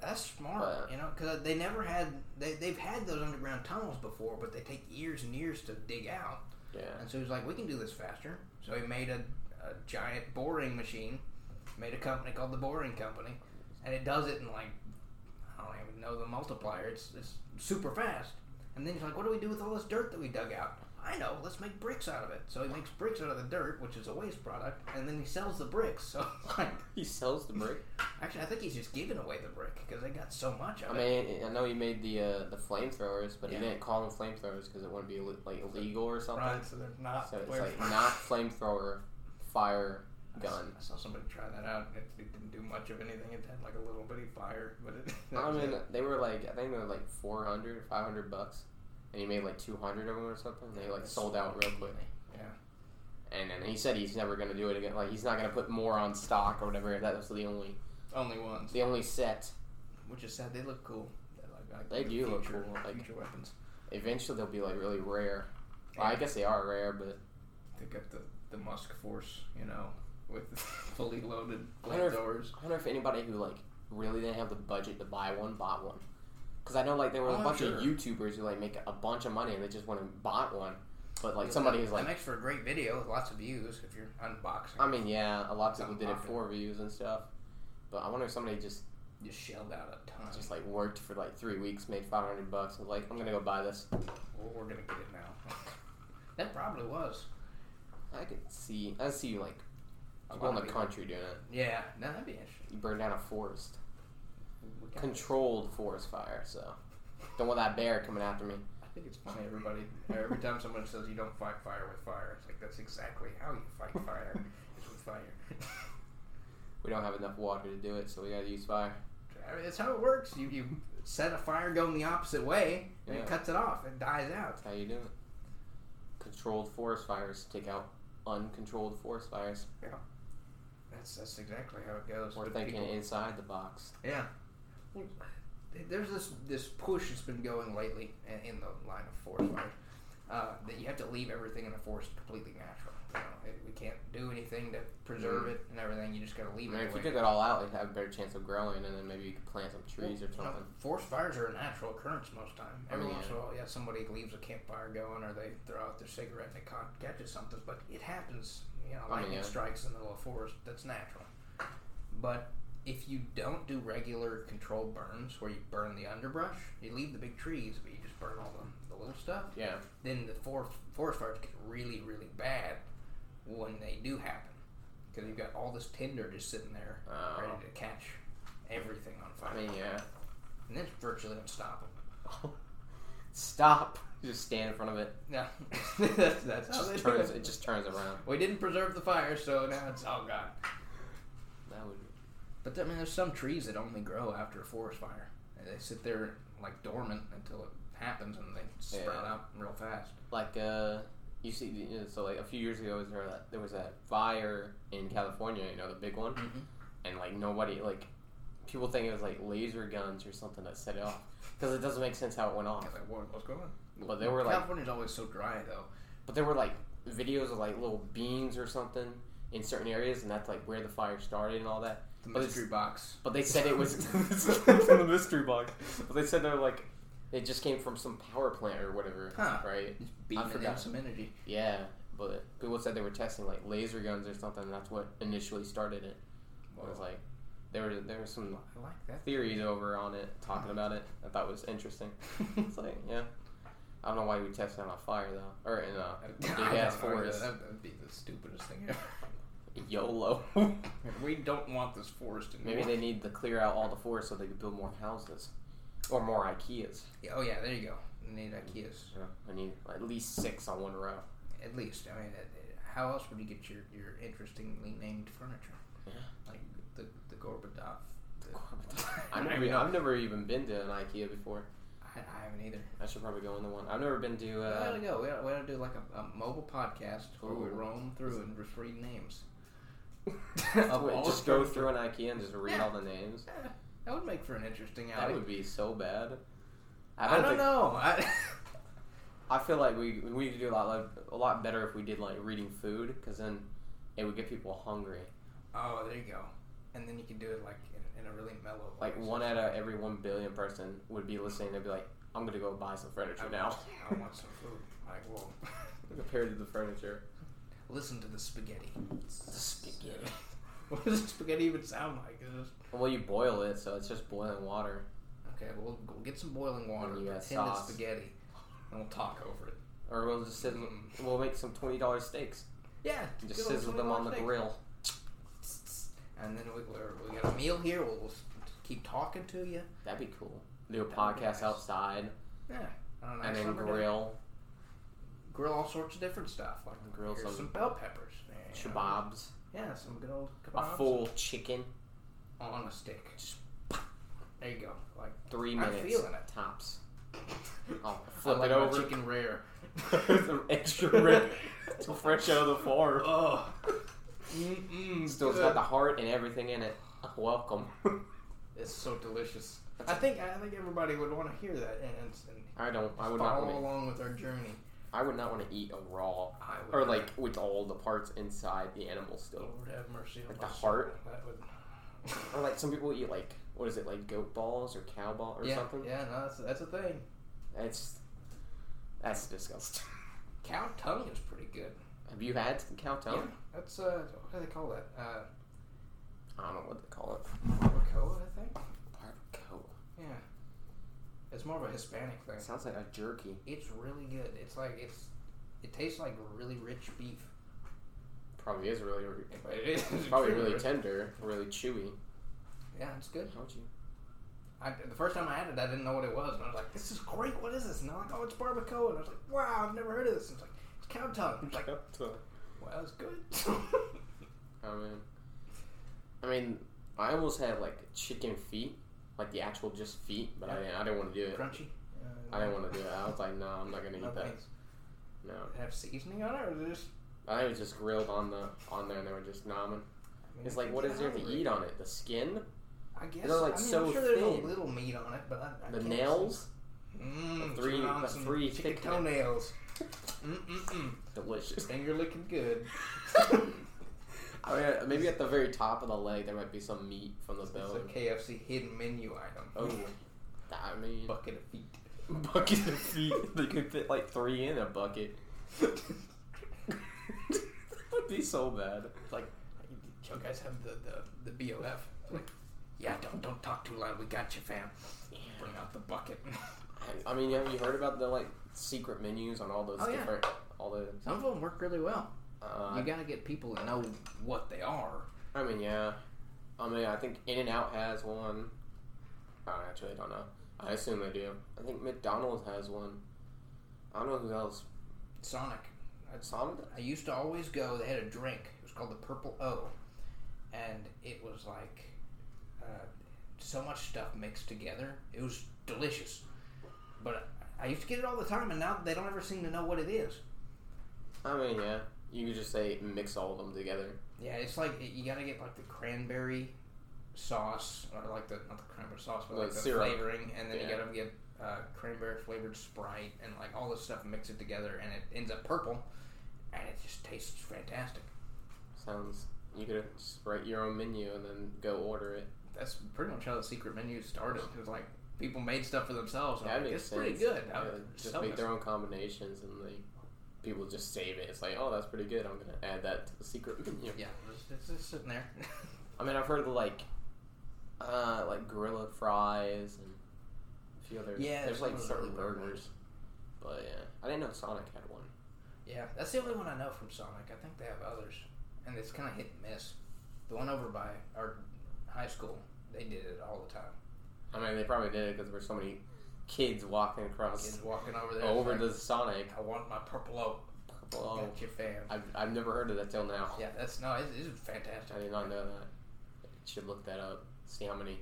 That's smart,
But-
you know, because they never had they they've had those underground tunnels before, but they take years and years to dig out.
Yeah.
And so he's like, we can do this faster. So he made a, a giant boring machine, made a company called the Boring Company, and it does it in like I don't even know the multiplier. It's it's super fast. And then he's like, "What do we do with all this dirt that we dug out?" I know. Let's make bricks out of it. So he makes bricks out of the dirt, which is a waste product, and then he sells the bricks. So like,
He sells the brick.
actually, I think he's just giving away the brick because they got so much
I
of it.
mean, I know he made the uh, the flamethrowers, but
Yeah.
he didn't call them flamethrowers because it wouldn't be ill- like illegal or something.
Right, so they're not.
So it's
where-
like not flamethrower, fire, gun.
I saw somebody try that out. It, it didn't do much of anything. It had like a little bitty fire, but it. that
I
was
mean,
it.
they were like I think they were like 400 or 500 bucks, and he made like 200 of them or something. and They like sold out real quick.
Yeah.
And then he said he's never gonna do it again. Like he's not gonna put more on stock or whatever. That was the only
only ones,
the only set.
which is sad. They look cool. They're like, like
They do look
future-
cool, like-
future weapons.
Eventually they'll be like really rare. Well, I
Yeah.
guess they are rare, but
They got the the Musk Force, you know, with fully loaded
I wonder if-
flamethrowers.
I wonder if anybody who like really didn't have the budget to buy one bought one. Because I know like there were
Oh,
a
I'm
bunch
sure.
of YouTubers who like make a bunch of money and they just went and bought one. But like somebody who's
that
like,
makes for a great video with lots of views if you're unboxing.
I mean, yeah, a lot of people
Something
did it
popular.
for views and stuff. But I wonder if somebody just
you shelled out a ton.
just like worked for like three weeks, made five hundred bucks, and was like, I'm gonna go buy this.
Well, we're gonna get it now. that probably was.
I could see, I see like
A
people in
lot
the
of people.
country doing it.
Yeah, no, that'd be interesting.
You burn down a forest,
We got-
controlled forest fire. So don't want that bear coming after me.
I think it's funny. Everybody, every time someone says you don't fight fire with fire, it's like that's exactly how you fight fire is with fire.
We don't have enough water to do it, so we gotta use fire.
I mean, that's how it works. You you set a fire going the opposite way, and
Yeah.
it cuts it off. It dies out.
That's how you do it. Controlled forest fires take out uncontrolled forest fires.
That's that's exactly how it goes.
We're
But
thinking
people-
inside the box.
yeah. Well, There's this this push that's been going lately in- in the line of forest fires uh, that you have to leave everything in the forest completely natural. You know, it, we can't do anything to preserve
Mm.
it and everything. You just got to
I
leave
mean,
it.
if
the
you
way
took it all out, you'd have a better chance of growing, and then maybe you could plant some trees or
Well,
something.
No, forest fires are a natural occurrence most time.
I
Every
mean,
once in
yeah.
a while, yeah, somebody leaves a campfire going, or they throw out their cigarette and it ca- catches something. But it happens. You know,
I mean,
lightning
Oh, yeah.
strikes in the middle of forest. That's natural. But if you don't do regular controlled burns, where you burn the underbrush, you leave the big trees, but you just burn all the, the little stuff.
Yeah.
Then the for- forest fires get really, really bad when they do happen, because you've got all this tinder just sitting there,
Uh,
ready to catch everything on fire
I mean, yeah.
and it's virtually unstoppable.
Stop. You just stand in front of it.
No, that's, that's
It
how Oh, they
just
do
turns.
it.
It just turns around.
We didn't preserve the fire, so now it's all gone.
That would.
But I mean, there's some trees that only grow after a forest fire. And They sit there like dormant until it happens, and they sprout
Yeah.
out real fast.
like uh you see you know, so like a few years ago was there that there was that fire in California you know the big one
Mhm.
and like nobody like people think it was like laser guns or something that set it off because it doesn't make sense how it went
I
off
was like, what, what's going on?
but there were like
California's always so dry, though.
but there were like videos of like little beams or something in certain areas and that's like where the fire started and all that
The
But it's-
mystery box.
but they said it was in the mystery box but they said they're like it just came from some power plant or whatever
Huh.
right
It's beaming in
forgot.
some energy.
Yeah, but people said they were testing like laser guns or something. And that's what initially started it. It was like there were there were some
I like that.
theories over on it, talking about it. I thought was interesting. It's like yeah, I don't know why we test it on a fire though, or in a big
I
ass
don't know,
forest.
That would be the stupidest thing ever.
YOLO.
We don't want this forest anymore.
Maybe they need to clear out all the forest so they could build more houses or more IKEAs.
Yeah, oh yeah, there you go. They need IKEAs
Yeah, I need at least six on one row.
at least. I mean, it- it- how else would you get your, your interestingly named furniture?
Yeah.
Like the the Gorbachev.
I've
I,
never,
mean,
I've never even been to an IKEA before.
I, I haven't either.
I should probably go in the one. I've never been to.
we
Uh,
gotta go. We gotta, we gotta do like a, a mobile podcast where we
Ooh.
roam through and just read names.
Wait,
all
just
the
go
furniture.
through an IKEA and just read
Yeah.
all the names.
Eh, That would make for an interesting
That
outing.
would be so bad.
I don't,
think,
know. I,
I feel like we we could do a lot like, a lot better if we did like reading food because then it would get people hungry.
oh, there you go. And then you can do it like in, in a really mellow.
Like
voice.
one out of every one billion person would be listening. They'd be like, "I'm gonna go buy some furniture
I
now."
want- I want some food. Like, whoa.
Compared to the furniture,
listen to the spaghetti.
The spaghetti.
What does spaghetti even sound like? It's just,
Well, you boil it, so it's just boiling water.
okay, we'll, we'll get some boiling water,
And you got
pretend
sauce.
it's spaghetti, and we'll talk over it.
Or we'll just sit. And,
Mm.
we'll make some twenty dollars steaks
Yeah,
and
good
just
old
sizzle them on the
$21 steak.
grill.
And then we, we're, we got a meal here. We'll, we'll s- keep talking to you.
That'd be cool. Do a
That'd be
podcast
nice.
outside
Yeah, I don't know.
and then
summer day.
grill
grill all sorts of different stuff. Like
Grill
here's
some-
some bell peppers, and-
shababs,
Yeah, some good old
a
kebabs
full chicken,
on a stick.
Just-
there you go. Like
three
I'm
minutes
feeling it.
tops. I'll flip
I like
it
my
over.
chicken rare.
Some extra rib. It's fresh out of the farm.
Oh, Mm-mm,
Still, it's
good.
got the heart and everything in it. Welcome.
It's so delicious. I think I think everybody would want to hear that and, and, and
I don't. I would not.
follow
Want to,
along with our journey.
I would not want to eat a raw
I would
or like with all the parts inside the animal still.
Lord have mercy on
Like
my
the
soul.
heart?
That would.
Or like some people eat like what is it like goat balls or cow ball or
yeah,
something.
yeah, no, that's that's a thing.
That's that's disgusting.
Cow tongue is pretty good.
Have you had cow tongue?
Yeah, that's uh, what do they call that? Uh,
I don't know what they call it.
barbacoa, I think.
Barbacoa.
Yeah, it's more of a Hispanic thing.
It sounds like a jerky.
It's really good. It's like it's, it tastes like really rich beef.
Probably is really
But it is
it's probably really
rich.
tender, really chewy.
yeah, it's good.
How would you?
I, the first time I had it, I didn't know what it was, and I was like, "This is great. What is this?" And I'm like, "Oh, it's barbacoa." And I was like, "Wow, I've never heard of this." And it's like, "It's cow tongue." And I was like, "Well, it's good."
I mean, I mean, I almost had like chicken feet, like the actual just feet, but I didn't. I didn't want to do it.
Crunchy. Uh,
I didn't want to do it. I was like, no, I'm not gonna
No
eat that.
thanks.
No.
Have seasoning on it, or is it just?
I think it was just grilled on the on there, and they were just nomming.
I mean,
It's
if
like,
you
what
get
is there to
hungry-
eat on it? The skin,
I guess.
They're, like,
I mean,
so
I'm sure there's
thin.
a little meat on it, but I, I
the
can't
nails,
see- Mm,
the three-
chewing on
the
some
three
chicken
thick-
toenails. Mm mm mm.
delicious.
Finger looking good.
I mean, uh, maybe at the very top of the leg there might be some meat from the
It's
bone.
a KFC hidden menu item.
Oh, I mean,
bucket of feet.
bucket of feet. They could fit like three in a bucket. that would be so bad.
You guys have the the, the BOF. Like, yeah, don't don't talk too loud. We got you, fam. Bring out the bucket.
I mean, have you heard about the like secret menus on all those
Oh, yeah.
different all the?
Some of them work really well.
Uh,
You gotta get people to know what they are.
I mean, yeah. I mean, I think In and Out has one. I actually don't know. I assume they do. I think McDonald's has one. I don't know who else.
Sonic. That's-
Sonic.
I used to always go. They had a drink. It was called the Purple O, and it was like uh, so much stuff mixed together. It was delicious. But I used to get it all the time, and now they don't ever seem to know what it is.
I mean, yeah. You could just say mix all of them together.
Yeah, it's like you gotta get like the cranberry sauce, or like the not the cranberry sauce, but like,
Like
the
syrup.
flavoring, and then
Yeah.
you gotta get uh, cranberry flavored Sprite and like all this stuff, mix it together, and it ends up purple, and it just tastes fantastic.
Sounds. You could just write your own menu and then go order it.
That's pretty much how the secret menu started. It was like people made stuff for themselves. And
That
I'm like,
makes
it's
sense.
pretty good.
Yeah,
I
just make their own combinations and like people just save it. It's like, oh, that's pretty good. I'm gonna add that to the secret menu.
yeah, it's, it's just sitting there.
I mean, I've heard of like, uh, like gorilla fries and a few other.
Yeah,
there's
some
like
of the
certain
really good
burgers, but yeah, I didn't know Sonic had one.
yeah, that's the only one I know from Sonic. I think they have others, and it's kind of hit and miss. The one over by our high school, they did it all the time.
I mean, they probably did it because there were so many kids walking across
Kids walking over there.
over Oh.
it's
to Sonic.
like, I want my purple oak.
Well,
Got your fam.
I've, I've never heard of that till now.
Yeah, that's no, it's, it's fantastic.
I did not know that. Should look that up. See how many.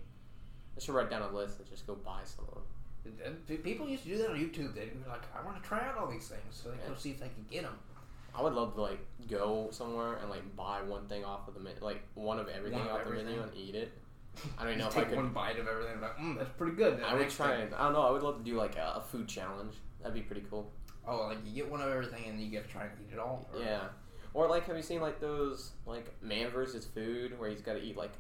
I should write down a list and just go buy some of them.
And pe- People used to do that on YouTube. They'd be like, I want to try out all these things, so they go see if they can get them.
I would love to like go somewhere and like buy one thing off of the menu, like one of everything
One of
off the menu
everything.
and eat it. I don't even know
Just
if I
take
could.
one bite of everything. and be Like, mm, that's pretty good.
I would try and I don't know. I would love to do like a, a food challenge. That'd be pretty cool.
Oh, like you get one of everything, and you get to try and eat it all. Or-
Yeah. Or like, have you seen like those like man versus food where he's got to eat like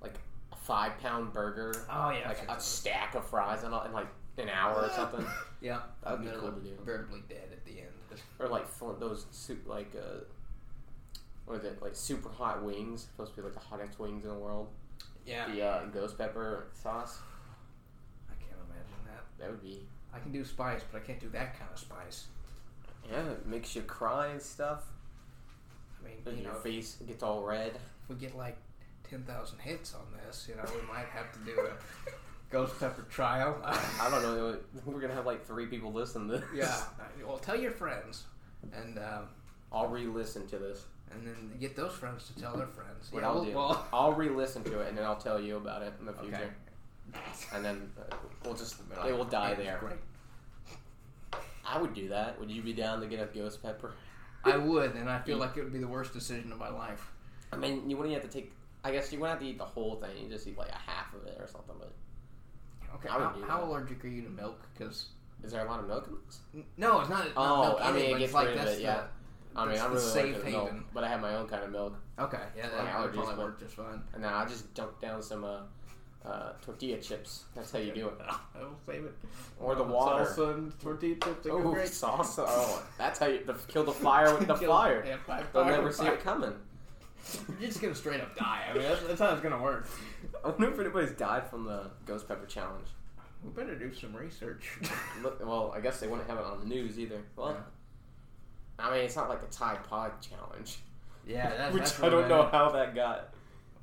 like a five pound burger,
Oh yeah.
like
I've
a
seen
stack of fries in, a- in like an hour or something,
those. yeah,
That'd
and
be
they're
cool to do.
Invariably dead at the end.
or like fl- those soup like uh, What is it? Like super hot wings, supposed to be like the hottest wings in the world.
Yeah.
The uh, ghost pepper sauce.
I can't imagine that.
That would be.
I can do spice, but I can't do that kind of spice.
Yeah, it makes you cry and stuff.
I mean,
And
you
your
know, if
face gets all red.
we get like 10,000 hits on this, you know, we might have to do a ghost pepper trial.
I don't know. We're gonna have like three people listen to this.
Yeah. Well, tell your friends. And, um,
I'll re-listen to this.
and then get those friends to tell their friends.
What
yeah,
I'll
well,
do.
well-
I'll re-listen to it and then I'll tell you about it in the
Okay.
future. And then uh, we'll just they will die
It's
there.
great.
I would do that. Would you be down to get a ghost pepper?
I would, and I feel like it would be the worst decision of my life.
I mean, you wouldn't have to take. I guess you wouldn't have to eat the whole thing. You just eat like a half of it or something. But
Okay,
I would
how,
do
how
that.
allergic are you to milk? Because
is there a lot of milk in this?
no, it's not.
Oh,
not milk
I
in
mean, it
but
gets
it's like
rid of
that's
it, yeah. I mean,
That's
I'm
the
really allergic
safe
to milk,
haven.
but I have my own kind of milk,
the- okay, yeah, that
Like
would probably
allergies,
work just fine.
and then I just dunk down some uh, uh, tortilla chips. That's how you do it.
I will save it.
Or the water.
Salsa and tortilla chips. they go
Oh,
great.
salsa! Oh, that's how you the, kill the fire with the
Kill-
fire.
Yeah, fire,
They'll
fire,
never see
fire.
it coming.
You're just gonna straight up die.
I mean, that's, that's how it's gonna work.
I wonder if anybody's died from the ghost pepper challenge.
We better do some research.
Look, well, I guess they wouldn't have it on the news either. Well, I mean, it's not like the Tide Pod challenge,
yeah, that's,
which
that's
I don't
what
know how that got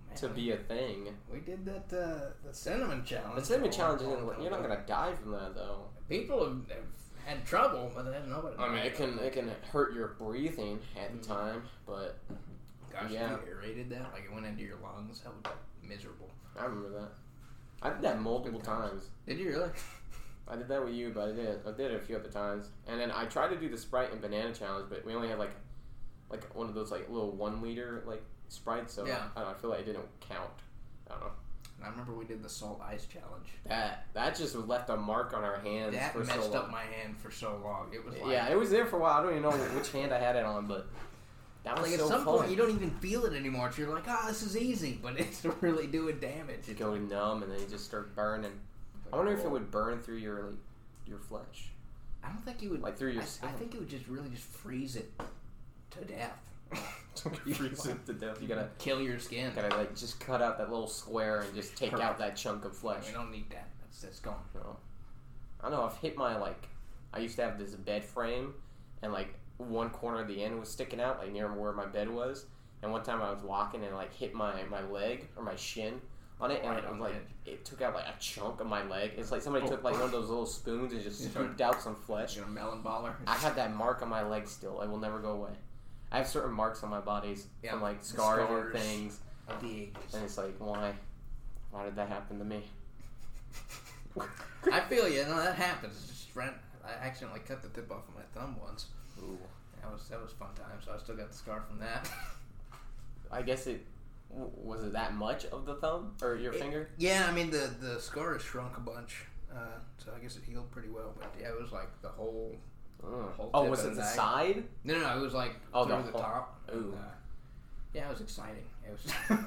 Man,
to be a thing.
We did that uh, the cinnamon challenge.
The cinnamon
Oh,
challenge
oh,
isn't.
oh,
You're not gonna die from that though.
People have, have had trouble, but they didn't know about it.
I mean, it can it can hurt your breathing at the
Mhm.
time, but
Gosh,
yeah.
if you aerated that, like it went into your lungs. That would be miserable.
I remember that. I did that multiple
Good times.
times.
Did you really?
I did that with you, but I did it. I did it a few other times, and then I tried to do the Sprite and banana challenge, but we only had like like one of those like little one liter like Sprites, so
Yeah.
I, don't know, I feel like it didn't count. I don't know.
And I remember we did the salt ice challenge.
That that just left a mark on our hands
That
for
messed
so long.
up my hand for so long. It was like,
yeah, it was there for a while. I don't even know which hand I had it on, but that was
like at
so
some
fun.
point you don't even feel it anymore. It's- You're like, ah, this is easy, but it's really doing damage.
you go numb and then you just start burning. I wonder if it would burn through your like, your flesh,
I don't think you would.
like through
I,
your
I
skin.
think it would just really just freeze it to death.
you freeze it to death. You gotta
kill your skin.
gotta like just cut out that little square and just take out that chunk of flesh.
We don't need that. That's that's gone.
No. I know I've hit my like. I used to have this bed frame, and like one corner of the end was sticking out, like near where my bed was. And one time I was walking and like hit my my leg or my shin on it, and
Right
it was
on the
like
edge.
it took out like a chunk of my leg. It's like somebody
Oh.
took like one of those little spoons and just
Yeah.
scooped out some
That's
flesh.
your melon baller.
I have that mark on my leg still. It will never go away. I have certain marks on my bodies
Yeah,
from like
the
scars,
scars.
and things,
big.
and it's like why, why did that happen to me?
I feel you. No, that happens. It's just ran, I accidentally cut the tip off of my thumb once.
Ooh.
That was that was fun time. So I still got the scar from that.
I guess it w- was it that much of the thumb or your
It-
finger?
Yeah, I mean the the scar has shrunk a bunch, uh, so I guess it healed pretty well. But yeah, it was like the whole.
Mm.
whole
Oh,
tip
was
of
it
the
the
bag.
side?
No, no, no it was like
Oh,
through
the
the,
whole-
top.
ooh.
uh, yeah, it was exciting. It was.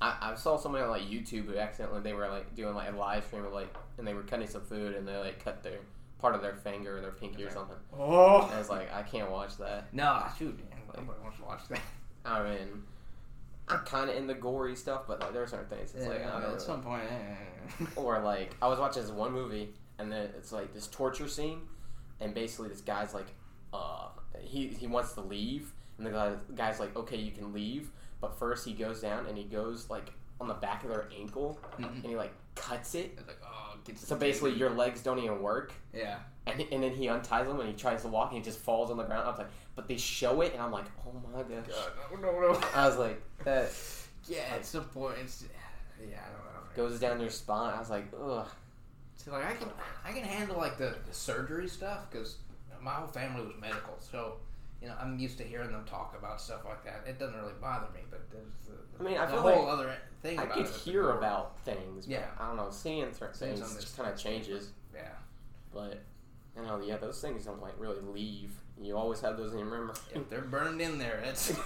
I, I saw somebody on like YouTube who accidentally they were like doing like a live stream of like and they were cutting some food and they like cut their part of their finger or their pinky or
Okay.
something.
Oh,
And I was like, I can't watch that.
no, shoot, man, nobody wants to watch that.
I mean, I'm kind of into gory stuff, but like there are certain things. It's like I
Yeah,
don't
at
really-
some point. eh.
or like I was watching this one movie and then it's like this torture scene and basically this guy's like uh he he wants to leave and the guy, guy's like okay you can leave but first he goes down and he goes like on the back of their ankle
Mhm.
and he like cuts it
It's like oh, get
so basically your legs don't even work
yeah.
and, and then he unties them and he tries to walk and he just falls on the ground I was like but they show it and I'm like oh my gosh
no, no, no.
I was like that
Yeah, at some point, it's yeah, I don't know.
goes down your spine I was like ugh
See, like I can, I can handle like the, the surgery stuff because my whole family was medical, so you know I'm used to hearing them talk about stuff like that. It doesn't really bother me, but there's the,
I mean, I
the
feel
whole
like
other thing.
I
about
could
it is the
hear
gore.
about things. But
Yeah.
I don't know. Seeing th-
Seeing
things
something
just kind of changes,
Yeah,
but I don't know. Yeah, those things don't like really leave. You always have those in your memory.
if they're burned in there, that's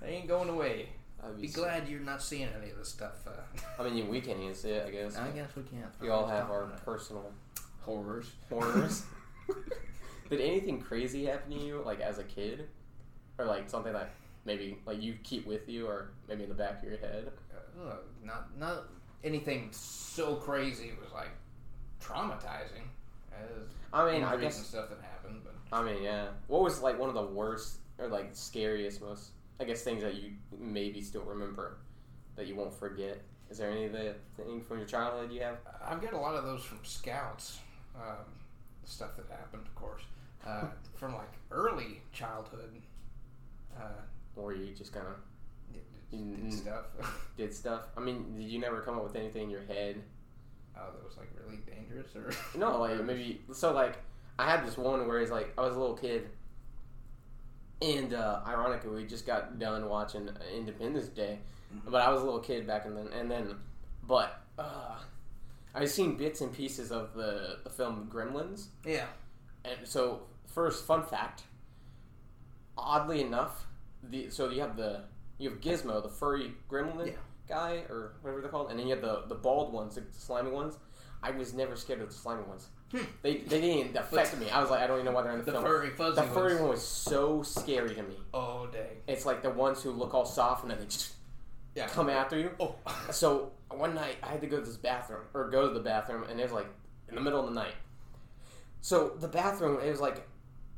they ain't going away.
I'd be
Be
s-
glad you're not seeing any of this stuff. Uh,
I mean, we can't even see it. I guess
I guess we can't.
we all have our
Talk about
personal
horrors.
horrors. Did anything crazy happen to you, like as a kid, or like something that maybe like you keep with you, or maybe in the back of your head.
Uh, not not anything so crazy. It was like traumatizing. As
I mean, I
injuries
guess.
and stuff that happened, but
I mean, yeah. What was like one of the worst or like scariest, most I guess things that you maybe still remember that you won't forget? Is there any of the thing from your childhood you have?
I've got a lot of those from scouts. Um, stuff that happened, of course, uh, from like early childhood. Uh,
Or you just kind of
did, did,
Mm.
did stuff. oh,
did stuff? I mean, did you never come up with anything in your head
Oh, that was like really dangerous, or
No, like maybe so like I had this one where it's like I was a little kid and uh ironically we just got done watching uh, Independence Day. But I was a little kid back in then and then but uh I've seen bits and pieces of the, the film Gremlins.
yeah,
And so first fun fact. Oddly enough, the so you have the you have Gizmo, the furry gremlin
Yeah.
guy or whatever they're called, and then you have the, the bald ones, the slimy ones. I was never scared of the slimy ones.
Hmm.
They, they didn't affect me. I was like, I don't even know why they're in the,
the
film.
furry fuzzy
the furry
ones.
one was so scary to me.
Oh dang!
It's like the ones who look all soft and then they just
Yeah,
come after you.
Oh,
So one night I had to go to this bathroom or go to the bathroom, and it was like in the middle of the night. So the bathroom, it was like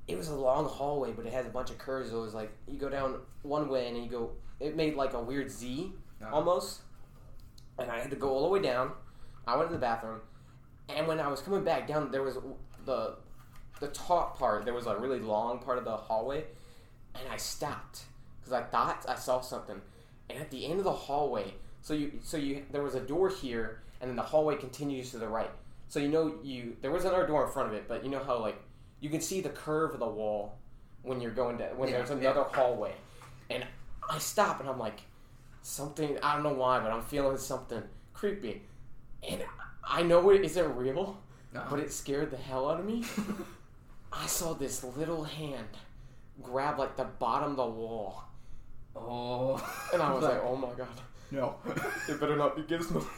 it was a long hallway, but it has a bunch of curves. It was like you go down one way and then you go. It made like a weird Z
No.
almost, and I had to go all the way down. I went to the bathroom, and when I was coming back down, there was the the top part. There was a really long part of the hallway, and I stopped because I thought I saw something. And at the end of the hallway, so you so you there was a door here, and then the hallway continues to the right. So you know you there was another door in front of it, but you know how like you can see the curve of the wall when you're going to when
Yeah,
there's
yeah.
another hallway, and I stop and I'm like something I don't know why, but I'm feeling something creepy, and I know it isn't real,
No.
but it scared the hell out of me. I saw this little hand grab like the bottom of the wall,
oh,
and I was like, "Oh my god,
No.
it better not be Gizmo."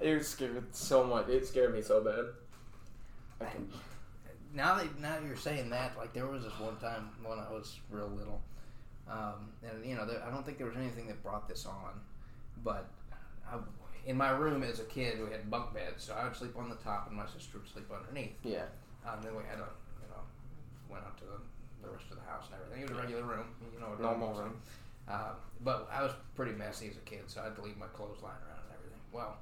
it was scared so much. It scared me so bad. I can-
now that now you're saying that, like there was this one time when I was real little, um, and you know there, I don't think there was anything that brought this on, but I, in my room as a kid we had bunk beds, so I would sleep on the top and my sister would sleep underneath.
Yeah,
Um, then we had a you know went out to the, the rest of the house and everything. It was a regular room, you know, a
normal
was.
room.
Um, but I was pretty messy as a kid, so I had to leave my clothes lying around and everything. Well,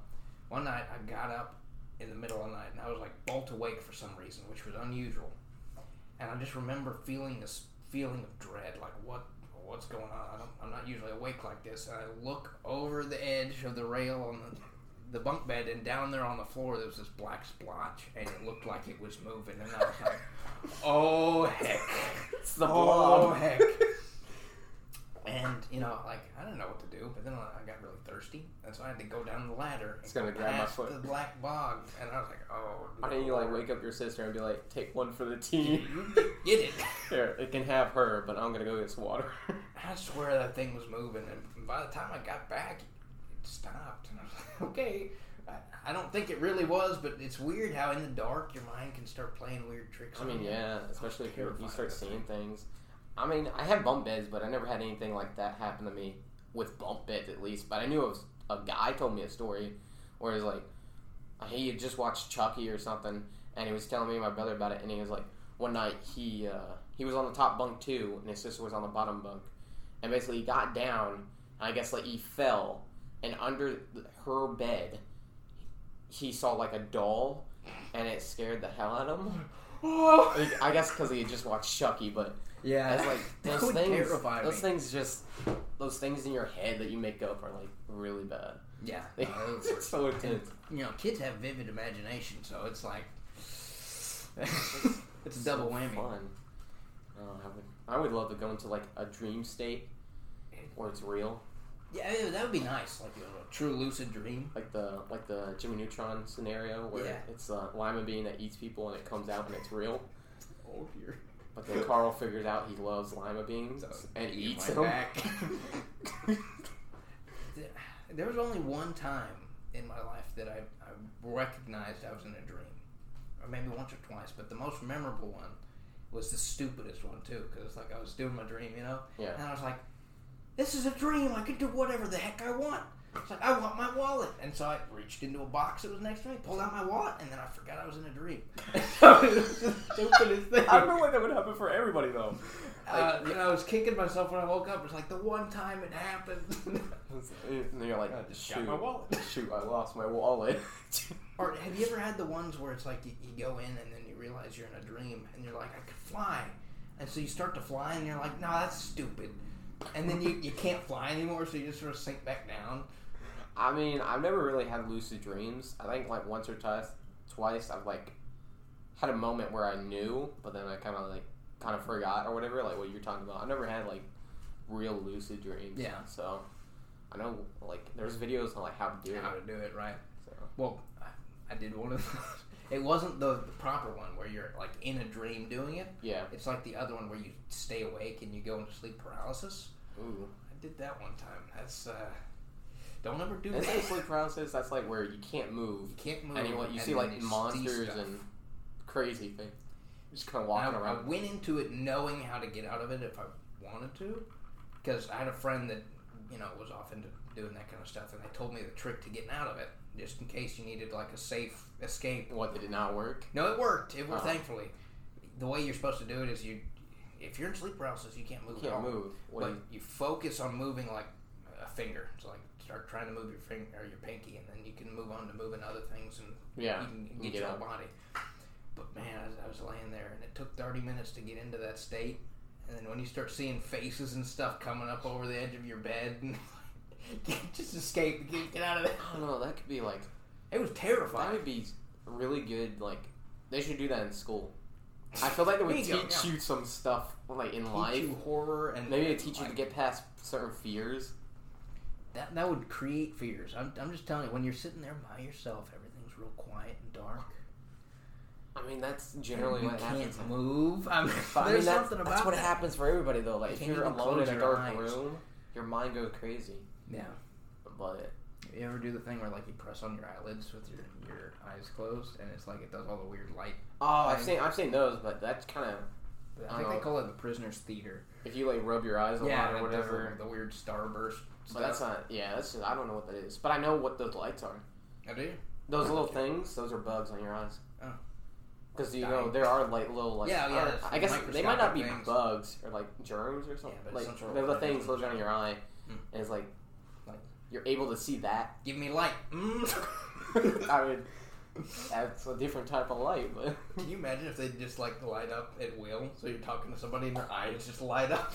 one night I got up in the middle of the night and I was like bolt awake for some reason, which was unusual. And I just remember feeling this feeling of dread, like what what's going on? I don't, I'm not usually awake like this. And I look over the edge of the rail on the, the bunk bed, and down there on the floor there was this black splotch, and it looked like it was moving. And I was like, oh heck.
It's the
Oh
blob.
heck! and you know, like I didn't know what to do, but then I got really thirsty, and so I had to go down the ladder.
It's
and
gonna
go
grab my
past
foot.
The black bog, and I was like, oh.
Why didn't you like wake up your sister and be like, "Take one for the team"?
you get it?
Here, it can have her, but I'm gonna go get some water.
I swear that thing was moving, and by the time I got back, it stopped, and I was like, okay. I- I don't think it really was, but it's weird how in the dark your mind can start playing weird tricks.
I
on
mean,
you.
yeah, especially if you're- you
terrified
start
of that
seeing things. I mean, I had bump beds, but I never had anything like that happen to me with bump beds, at least. But I knew it was a guy told me a story where it was like he had just watched Chucky or something, and he was telling me and my brother about it, and he was like, one night he uh, he was on the top bunk too, and his sister was on the bottom bunk, and basically he got down, and I guess like he fell, and under th- her bed, he saw like a doll, and it scared the hell out of him.
Oh!
Like, I guess because he had just watched Chucky, but
Yeah,
it's like
that
those
would
things,
terrify
those
me.
things just those things in your head that you make up are like really bad.
Yeah,
Like,
no, it was-
it's so intense.
you know, kids have vivid imagination, so it's like it's a double
so
whammy.
Fun. Oh, I would, I would love to go into like a dream state where it's real,
Yeah, yeah, that would be nice, like you know, a true lucid dream.
like the like the Jimmy Neutron scenario where
Yeah.
it's a lima bean that eats people and it comes out and it's real.
oh dear.
But then Carl figures out he loves lima beans
So,
and
eat
eats
my
them.
back. There was only one time in my life that I, I recognized I was in a dream, or maybe once or twice, but the most memorable one was the stupidest one too, because it's like I was doing my dream, you know.
Yeah.
And I was like, "This is a dream. I can do whatever the heck I want." It's like I want my wallet, and so I reached into a box that was next to me, pulled out my wallet, and then I forgot I was in a dream. so it was the stupidest thing.
I remember when that would happen for everybody though.
Uh, you know, I was kicking myself when I woke up. It's like the one time it happened.
And you're like,
I just got
shoot,
my wallet.
shoot, I lost my wallet.
or have you ever had the ones where it's like you, you go in and then you realize you're in a dream and you're like, I could fly. And so you start to fly and you're like, no, that's stupid. And then you, you can't fly anymore, so you just sort of sink back down.
I mean, I've never really had lucid dreams. I think like once or twice, twice I've like had a moment where I knew, but then I kind of like kind of forgot or whatever. Like what you're talking about, I never had like real lucid dreams.
Yeah.
So I know like there's videos on like how to do it.
How to do it, right?
So.
Well, I- I did one of those. It wasn't the, the proper one where you're like in a dream doing it.
Yeah.
It's like the other one where you stay awake and you go into sleep paralysis.
Ooh.
I did that one time. That's uh, don't ever do
That's
that.
like sleep paralysis. That's like where you can't move.
You can't move.
And you, you
and
see
then
like
you see
monsters
stuff.
and crazy things. Just kind of
And I,
walking
I
around.
went into it knowing how to get out of it if I wanted to, because I had a friend that you know was off into doing that kind of stuff, and they told me the trick to getting out of it, just in case you needed like a safe escape.
What, they did not work?
No, it worked. It worked.
Oh.
Thankfully, the way you're supposed to do it is you, if you're in sleep paralysis, you can't move.
You
at all.
can't move. What
But you focus on moving like a finger. So like start trying to move your finger or your pinky, and then you can move on to moving other things and
do you- yeah.
you can
you
get
get
your
up.
body. But man, I was, I was laying there, and it took 30 minutes to get into that state. And then when you start seeing faces and stuff coming up over the edge of your bed, and just escape, get, get out of there.
I don't know. That could be like
It was
That
terrifying.
would be really good. Like they should do that in school. I feel like they would
There
teach
you go, yeah.
you some stuff like in
Teach
life.
you horror and
Maybe they teach you to
like,
get past certain fears.
that. That would create fears. I'm, I'm just telling you, when you're sitting there by yourself, everything's real quiet and dark.
I mean, that's generally
you
what
can't
happens.
move. I mean,
But I mean,
there's
that,
something about
that's what
that.
happens for everybody though. Like
You
if
can't
you're
even
alone in
close
a
your
dark
eyes.
room, your mind goes crazy.
Yeah.
But
You ever do the thing where like you press on your eyelids with your, your eyes closed and it's like it does all the weird light?
oh, I've seen I've seen those, but that's kind of
I think
Oh.
they call it the prisoner's theater.
if you like rub your eyes a lot
and
or
it does
whatever.
The, the weird starburst.
But that's
stuff.
not. Yeah, that's just, I don't know what that is. But I know what those lights are.
I do.
Those little things, those are bugs on your eyes.
Oh.
Because you know
Dying.
there are like little like
Yeah, yeah,
I-
there's
I guess they might not be
microscopic things.
bugs or like germs or something.
Yeah, but it's some
like
sort of
they're the
organism.
things living on your eye,
Hmm.
and it's like,
Like-
you're able to see that.
Give me light. Mm.
I mean, that's a different type of light, but
Can you imagine if they just like light up at will? So you're talking to somebody and their eyes just light up.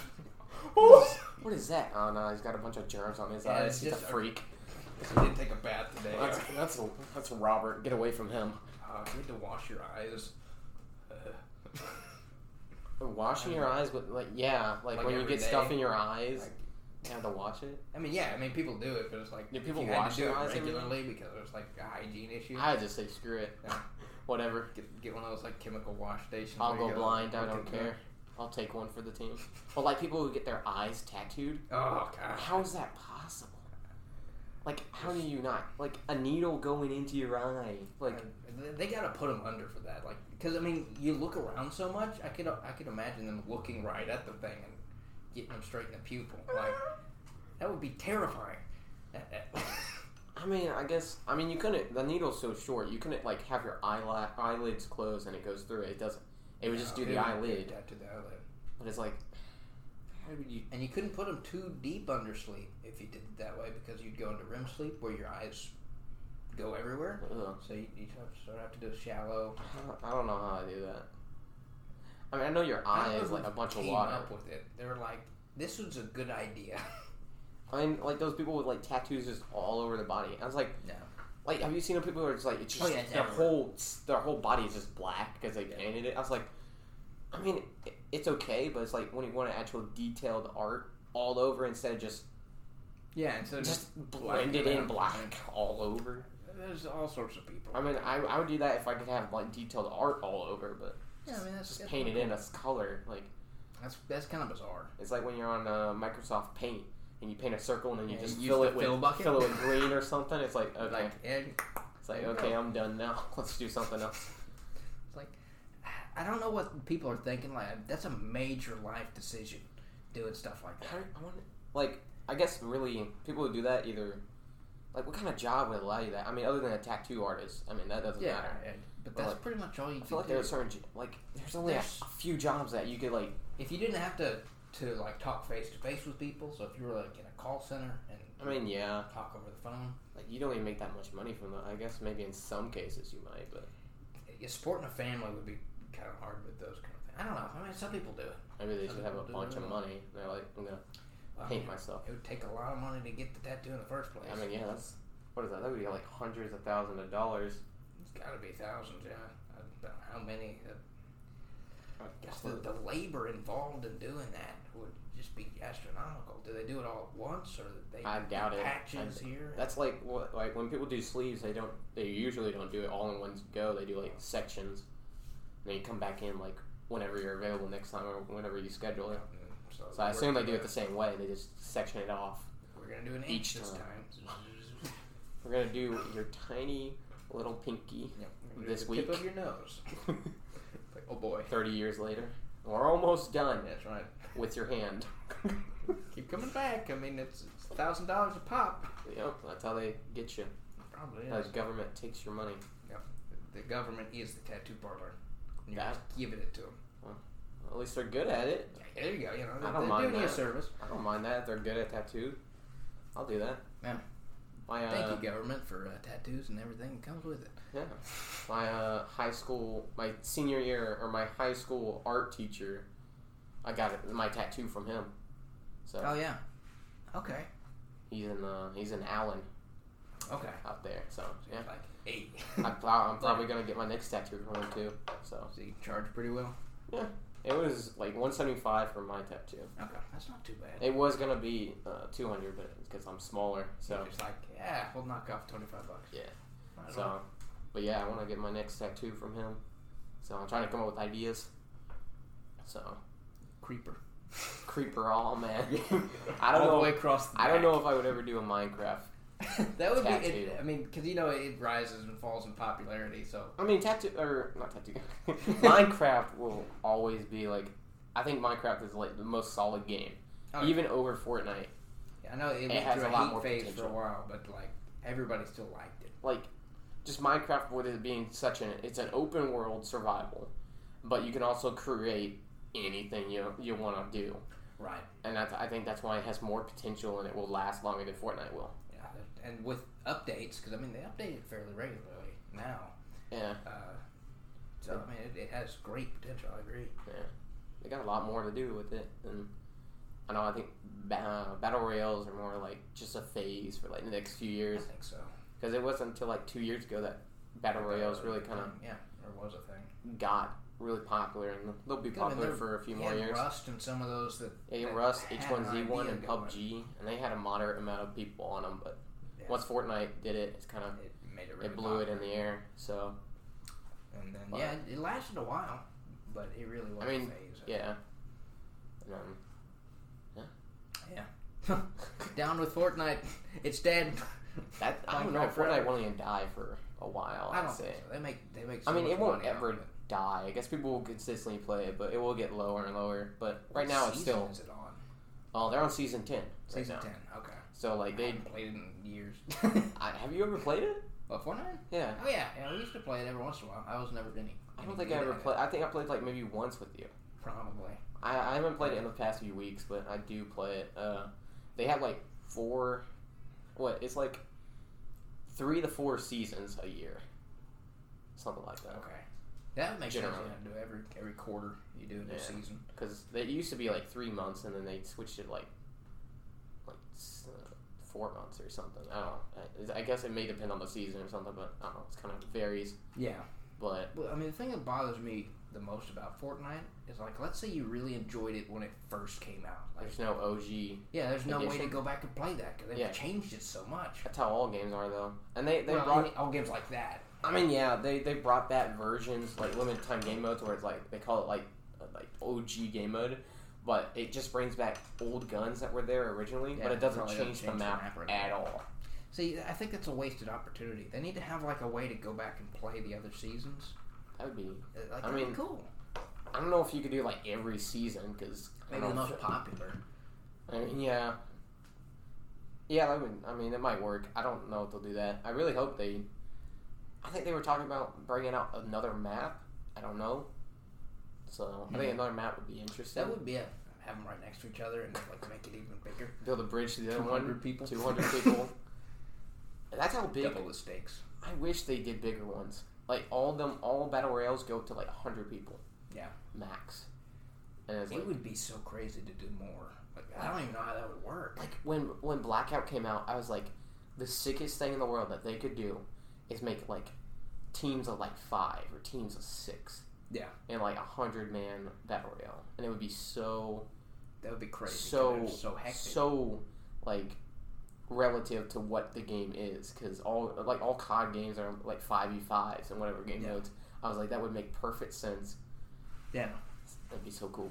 what is that? Oh no, he's got a bunch of germs on his
Yeah,
eyes.
it's
He's a
just-
freak.
you didn't take a bath today.
That's that's that's Robert. Get away from him.
Uh, you need to wash your eyes. Uh,
Washing
I
your
know.
eyes with like yeah, like,
Like
when you
every
get stuff
day.
in your eyes,
Like-
you have to wash it.
I mean, yeah, I mean, people do it, but it's like
Do people
you had to
wash
do
their
it
eyes every day?
regularly because it was like a hygiene issue.
I just say screw it,
Yeah.
whatever.
Get, get one of those like chemical wash stations.
I'll
where you
go blind. I
look
don't
at the-
care. I'll take one for the team. But like people who get their eyes tattooed,
Oh god.
how is that possible? Like how do you not like a needle going into your eye? Like
They- they gotta put them under for that, like because I mean, you look around so much. I could I could imagine them looking right at the thing and getting them straight in the pupil. Like that would be terrifying.
I mean, I guess I mean you couldn't. The needle's so short, you couldn't like have your eyelid eyelids closed and it goes through. It doesn't. It would just do the
Yeah,
eyelid.
yeah, to the eyelid.
But it's like how would you?
And you couldn't put them too deep under sleep if you did it that way because you'd go into REM sleep where your eyes go everywhere.
Ugh.
So you, you have- sort of have to do a shallow.
I don't- I don't know how I do that. I mean, I know your
I don't
eye
know
is
who
like a bunch of
came
water.
up with it. They were like, "This was a good idea."
I mean, like those people with like tattoos just all over their body. I was like,
No.
Like, have you seen the people who are just like it's
Oh,
just
yeah, it's
their
everywhere.
whole their whole body is just black because they
Yeah.
painted it? I was like, I mean, it, it's okay, but it's like when you want an actual detailed art all over instead of just
Yeah, and so
just blended
it
in
out.
black all over.
There's all sorts of people.
I mean, I, I would do that if I could have like detailed art all over, but
yeah, I mean that's
just painted in a color. Like
That's that's kind of bizarre.
it's like when you're on uh, Microsoft Paint and you paint a circle and then you
Yeah,
just
you use
fill
the
it with
fill bucket?
fill it with green or something. It's like okay,
Like, and
it's like okay, I'm done now. Let's do something else.
it's like I don't know what people are thinking. Like that's a major life decision, doing stuff like
I,
that.
I want like I guess really people who do that either like what kind of job would allow you that? I mean, other than a tattoo artist, I mean that doesn't
Yeah,
matter.
and- but
But,
that's
like,
pretty much all you
I
can
feel like
do.
there are certain j- like there's only a,
There's-
a few jobs that you could like
if you didn't have to to like talk face to face with people, so if you were like in a call center and
I mean yeah
talk over the phone,
like you don't even make that much money from that. I guess maybe in some cases you might, but
yeah, supporting a family would be kind of hard with those kind of things. I don't know. I mean, some people do it.
maybe they
Some
should have a
people do
bunch of
that. Oh,
money. And they're like I'm gonna
I
paint
mean,
myself.
It would take a lot of money to get the tattoo in the first place.
I mean yeah that's what is that? That would be like hundreds of thousands of dollars.
it's got to be thousands. Yeah, I don't know how many. Uh, I guess the,
Well,
the labor involved in doing that would just be astronomical. Do they do it all at once, or they
I
do
doubt it.
patches
I-
here?
That's like what like when people do sleeves, they don't they usually don't do it all in one go. They do like sections, and then you come back in like whenever you're available next time or whenever you schedule it.
Mm, So,
So I
we're
assume they do
gonna-
it the same way. They just section it off.
We're gonna do an
each
inch this
time.
time.
We're gonna do your tiny little pinky.
Yep, we're gonna do
This
the tip
week.
of your nose. Like, oh boy,
Thirty years later, we're almost done
that's right.
with your hand.
Keep coming back. I mean, it's it's thousand dollars a pop.
yep, that's how they get you.
Probably
How
is.
the government takes your money.
The government is the tattoo parlor. And You're
That-
just giving it to them.
At least they're good at it.
there you go. You know,
I
they're,
don't
they're
mind
doing you a
that.
service.
I don't mind that. If they're good at tattoo. I'll do that.
Yeah.
My, uh,
Thank you, government, for uh, tattoos and everything that comes with it.
Yeah. My uh, high school, my senior year, or my high school art teacher, I got it, my tattoo from him. So
Oh yeah. Okay.
he's in uh, he's in Allen
Okay.
out there. So yeah,
Like eight.
I'm, plow- I'm probably gonna get my next tattoo from him too. So
so you charge pretty well.
it was like 175 for my tattoo.
Okay, that's not too bad.
It was gonna be uh, 200, but because I'm smaller,
So
so
it's like, yeah, we'll knock off twenty five bucks.
Yeah.
Right on.
so. But yeah, I want to get my next tattoo from him. So I'm trying to come up with ideas. So
creeper.
creeper all man. I
All
don't
the
know.
way across. The
I don't know if I would ever do a Minecraft.
back. that would be.
Tattoo.
It, I mean, because you know it, rises and falls in popularity. So
I mean, tattoo or not tattoo. Minecraft will always be like. I think Minecraft is like the most solid game,
Oh, yeah.
even over Fortnite.
I know it,
It
went
has
through
a
a,
lot
heat
more
phase for
potential.
a while, but like everybody still liked it.
Like, just Minecraft with it being such an it's an open world survival, but you can also create anything you you want to do,
Right.
and that's, I think that's why it has more potential and it will last longer than Fortnite will.
Yeah. And with updates, because I mean they update it fairly regularly now.
Yeah,
Uh, so I mean it, it has great potential. I agree.
they got a lot more to do with it, and I know I think ba- uh, battle royales are more like just a phase for like the next few
I
years.
think so.
because it wasn't until like two years ago that battle royales really kind of
yeah, there was a thing.
got really popular, and they'll be
Yeah, I mean,
popular
they're-
for a few
You
more
had
years.
Rust and some of those that
Yeah, you
that
Rust,
had an
H1Z1,
idea
and
going.
PUBG, and they had a moderate amount of people on them. But
Yeah.
once Fortnite did it, it's kind of
It made it really
it blew it in
popular.
the air. So
and then
Wow.
yeah, it, it lasted a while, but it really was
I mean,
a phase.
yeah, and, um,
Down with Fortnite, it's dead.
that I don't know.
Minecraft
Fortnite
forever.
won't even die for a while.
I don't
I'd say.
think so. They make they make.
I
So
mean,
much
it won't
money out
ever
of it.
die. I guess people will consistently play it, but it will get lower and lower. But right
What
now, it's
season
still
Is it on
oh, they're on season ten right
season
now.
ten? Okay,
So like
I
they
haven't played it in years.
I, have you ever played it?
but Fortnite?
Yeah.
Oh yeah, yeah. We used to play it every once in a while. I was never any.
I
any
don't think
good
I ever
at it,
played. I think I played like maybe once with you.
Probably.
I, I haven't played it in the past few weeks, but I do play it. Uh, they have like four, what? It's like three to four seasons a year, something like that.
Okay. That makes
Generally.
sense. You know, every every quarter you do a new
Yeah.
season.
Because it used to be like three months, and then they switched it like like s- uh, four months or something. I don't. know. I, I guess it may depend on the season or something, but I don't know. It's kind of varies.
Yeah.
But
Well, I mean, the thing that bothers me the most about Fortnite is like, let's say you really enjoyed it when it first came out. Like,
there's no OG.
yeah, there's no way to
Edition.
go back and play that because they've
Yeah.
changed it so much.
That's how all games are though, and they they
Well,
brought
all- all games like that.
I mean, yeah, they, they brought back versions like limited time game modes where it's like they call it like uh, like OG game mode, but it just brings back old guns that were there originally,
Yeah,
but it doesn't
probably
change,
doesn't
the
change the
map
map or anything.
at all.
See, I think that's a wasted opportunity. They need to have like a way to go back and play the other seasons.
That would be.
Uh, Like,
I
that'd be
mean,
cool.
I don't know if you could do like every season because
Maybe the most popular.
I mean, Uh, yeah. Yeah, I would. I mean, it might work. I don't know if they'll do that. I really hope they. I think they were talking about bringing out another map. I don't know. So I think
Mhm.
another map would be interesting.
That would be it. Have them right next to each other and like make it even bigger.
Build a bridge to the other one.
people.
Two hundred people. And That's how big.
Double the stakes.
I wish they did bigger ones. Like all them, all battle royals go up to like hundred people.
Yeah.
max. And it's like,
It would be so crazy to do more. Like I don't even know how that would work.
like when when blackout came out i was like the sickest thing in the world that they could do is make like teams of like five or teams of six
Yeah.
and like a hundred man battle royale and it would be so
That would be crazy. 'cause
So-
it's so hectic.
so like relative to what the game is because all like all cod games are like 5v5s and whatever game
Yeah.
modes i was like that would make perfect sense
yeah.
that'd be so cool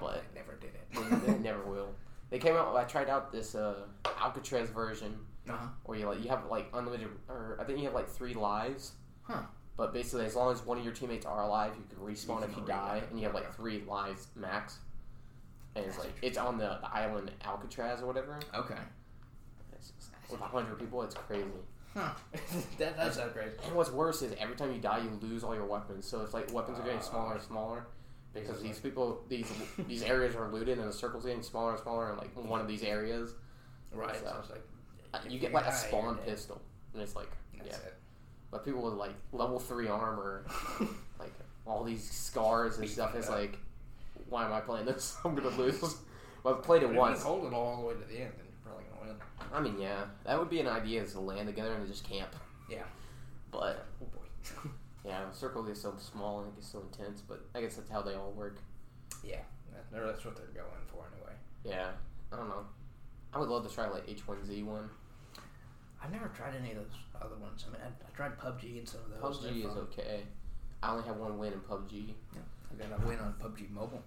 but
I never did it.
they, they never will they came out i tried out this uh alcatraz version
uh-huh.
Or you like you have like unlimited, or I think you have like three lives.
Huh.
But basically, as long as one of your teammates are alive, you can respawn
You
if
can
you die,
relive.
and you have like
Okay.
three lives max. And it's
That's
like it's on the, the island Alcatraz or whatever.
Okay.
It's just, with hundred people, it's crazy.
Huh. that does sound crazy.
And what's worse is every time you die, you lose all your weapons. So it's like weapons are
Uh,
getting smaller and smaller because these people, these these areas are looted, and the circle's getting smaller and smaller. And like one of these areas,
Right. So,
So-
it's like
uh,
if
you get like
die,
a spawn
you're dead.
pistol, and it's like
That's it.
but people with like level three armor like all these scars and
Beat
stuff. It's
that up.
like, why am I playing this? I'm gonna lose. Well, I've played it
But If
once.
you hold it all the way to the end, then you're probably gonna win.
I mean, yeah, that would be an idea is to land together and just camp.
Yeah.
But
Oh boy.
yeah, circle is so small and it gets so intense. But I guess that's how they all work.
yeah. That, or that's what they're going for anyway.
Yeah, I don't know. I would love to try like H1Z1.
I've never tried any of those other ones. I mean, I, I tried PUBG and some of those.
PUBG
They're
is
fun.
okay. I only have one win in PUBG
I got a win on PUBG Mobile.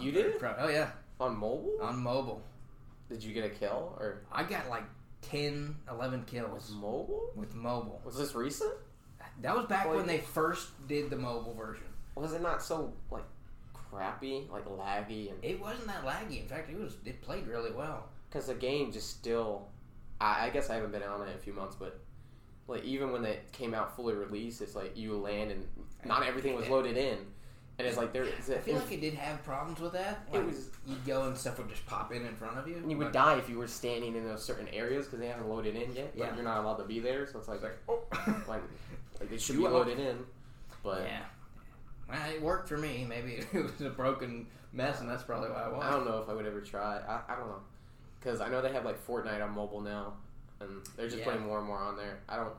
You
very
did?
proud- Oh yeah,
on mobile.
on mobile.
Did you get a kill or
I got like 10, 11
was
kills
mobile?
with mobile.
Was this recent?
That was back
Boy.
when they first did the mobile version.
Was it not so like crappy, like laggy, and
It wasn't that laggy. In fact, it was. It played really well.
because the game just still I, I guess i haven't been on it in a few months but like even when it came out fully released it's like you land and not everything was loaded in and it's like there it's,
I feel like it did have problems with that.
it
Like,
was
you'd go and stuff would just pop in in front of you.
you would
Like,
die if you were standing in those certain areas because they haven't loaded in yet but
Yeah.
you're not allowed to be there so it's like
it's
like,
like, oh.
it should
You
be
are-
loaded in but
yeah. Well, it worked for me. Maybe it was a broken mess, and that's probably why I won.
i don't know if i would ever try i, I don't know because i know they have like fortnite on mobile now and they're just
Yeah.
putting more and more on there i don't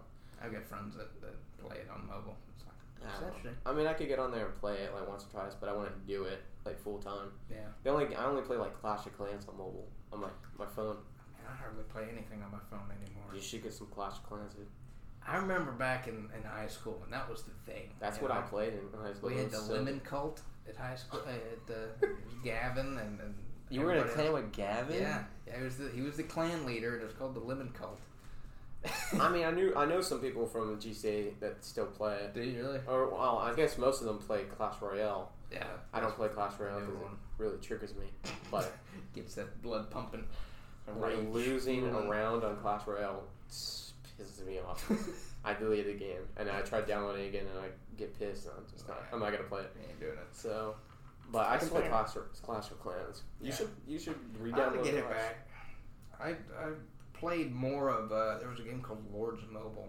I've got friends that, that play it on mobile. It's like,
I don't know.
essentially.
I mean, I could get on there and play it like once or twice, but I wouldn't do it like full time.
Yeah.
The only I only play like Clash of Clans on mobile on my my phone.
Man, I hardly play anything on my phone anymore.
You should get some Clash of Clans. Dude.
I remember back in, in high school when that was the thing.
That's
You
what
know,
I played in high school.
We
It
had
was
the
so-
Lemon Cult at high school. Uh, at the Gavin and, and
You were in a
everybody
clan
else.
with Gavin.
Yeah, yeah. He was the he was the clan leader. and It was called the Lemon Cult.
I mean, I knew I know some people from GCA that still play it.
do you really?
Or well, I guess most of them play Clash Royale.
Yeah.
I don't play Clash Royale because it
Everyone
really triggers me. But
gets that blood pumping.
like, losing a
Mm.
round on Clash Royale pisses me off.
you
I deleted the game and I tried downloading it again and I get pissed and I'm just not I'm not gonna play it.
ain't doing it.
So but I can play
Swear.
Clash of, Clash of Clans. You
Yeah.
should you should
I
re-download
gotta get it
Clash.
back. I, I played more of uh, there was a game called Lords Mobile,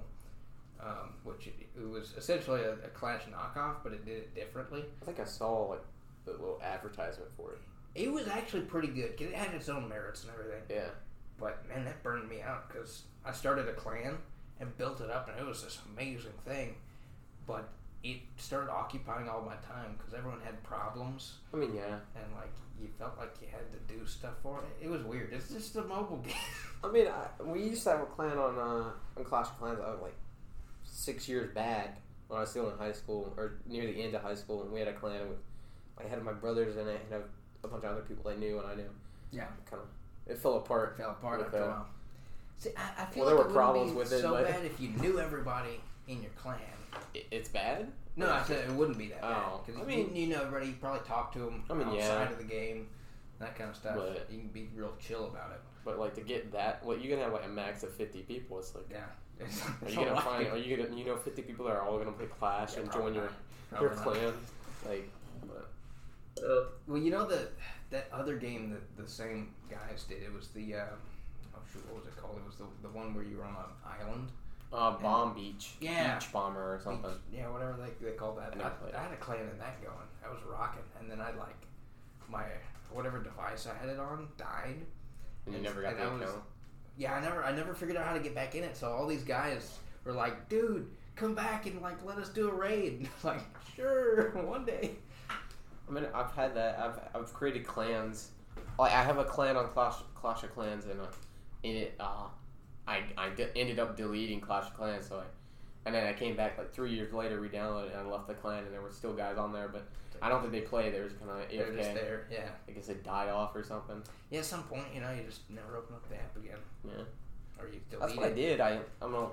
um, which it, it was essentially a, a Clash knockoff, but it did it differently.
I think I saw like the little advertisement for it.
It was actually pretty good 'cause it had its own merits and everything.
Yeah.
But man, that burned me out because I started a clan and built it up, and it was this amazing thing. But it started occupying all my time because everyone had problems,
I mean yeah.
and like you felt like you had to do stuff for it. It was weird. It's just a mobile game.
I mean I, we used to have a clan on uh on Clash of Clans I was like six years back when I was still in high school or near the end of high school and we had a clan with I had my brothers in it and a, a bunch of other people I knew and I knew.
Yeah.
Kind of it fell apart.
fell apart
With
after a
that.
while. See, I, I
Well,
feel
there
like
were
it
problems
would be
with it,
so
but-
bad if you knew everybody in your clan
i- it's bad.
No, I said it wouldn't be that
Oh.
bad. Because
I mean-
you, you know everybody. You probably talk to them
I mean, yeah.
outside of the game, that kind of stuff.
But-
you can be real chill about it.
But like to get that, like you're gonna have like a max of fifty people. It's like,
Yeah. It's,
are
it's
you
a
gonna
lot of
find? Are
people.
you gonna you know fifty people that are all gonna play Clash
Oh Yeah,
and
probably
join your
not.
your
Probably not.
clan? Like, but
Well, you know the that other game that the same guys did. It was the uh, oh shoot, what was it called? It was the the one where you were on an island.
uh, Bomb Beach,
Yeah.
Beach Bomber or something.
Yeah, whatever they, they call that.
Never played
I, I had a clan in that going. I was rocking, and then I like my whatever device I had it on died.
And you
And-
never got
and
the
I was-
account.
Yeah, I never I never figured out how to get back in it. So all these guys were like, "Dude, come back and like let us do a raid." like, sure, one day.
I mean, I've had that. I've I've created clans. Like I have a clan on Clash Clash of Clans, and uh, in it, uh, I I de- ended up deleting Clash of Clans. So I, and then I came back like three years later, redownloaded, it, and I left the clan, and there were still guys on there, but I don't think they play. They were just kind of
They're just
AFK.
there. Yeah.
I guess it died off or something.
Yeah. At some point, you know, you just never open up the app again.
Yeah.
Or you delete
That's
it.
what I did. I I don't know,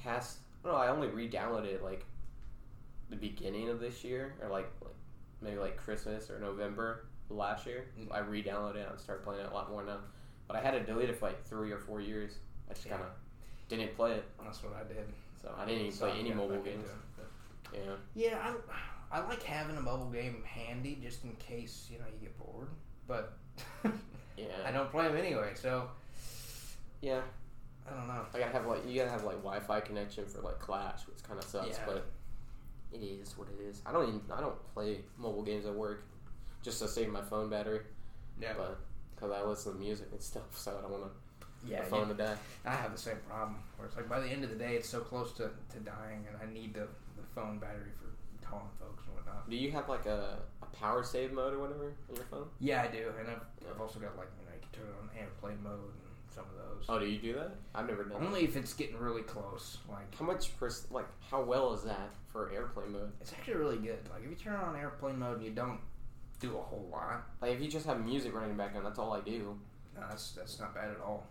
past. No, I only re-downloaded it like the beginning of this year, or like, like maybe like Christmas or November last year.
Mm.
I re-downloaded it and started playing it a lot more now. But I had it deleted for like three or four years. I just
Yeah.
kind of didn't play it,
That's what I did.
so I didn't even
So
play
I
any
got
mobile
back into
games.
it.
Yeah,
Yeah, I, I like having a mobile game handy just in case you know you get bored. But I
yeah,
don't play them anyway, so
yeah.
I don't know.
I gotta have like you gotta have like Wi-Fi connection for like Clash, which kind of sucks,
Yeah.
but it is what it is. I don't even I don't play mobile games at work just to save my phone battery.
Yeah,
but because I listen to music and stuff, so I don't want
yeah.
my
you-
phone to die.
I have the same problem where it's like by the end of the day, it's so close to, to dying, and I need the, the phone battery for calling folks and whatnot.
Do you have like a, a power save mode or whatever on your phone?
Yeah, I do, and I've, I've also got like you know you can turn it on airplane mode and some of those.
Oh, do you do that? I've never done.
Only if it's getting really close. Like
that. How much pers- like how well is that for airplane mode?
it's actually really good. Like if you turn it on airplane mode and you don't do a whole lot,
Like if you just have music running in the background, that's all I do.
No, that's that's not bad at all.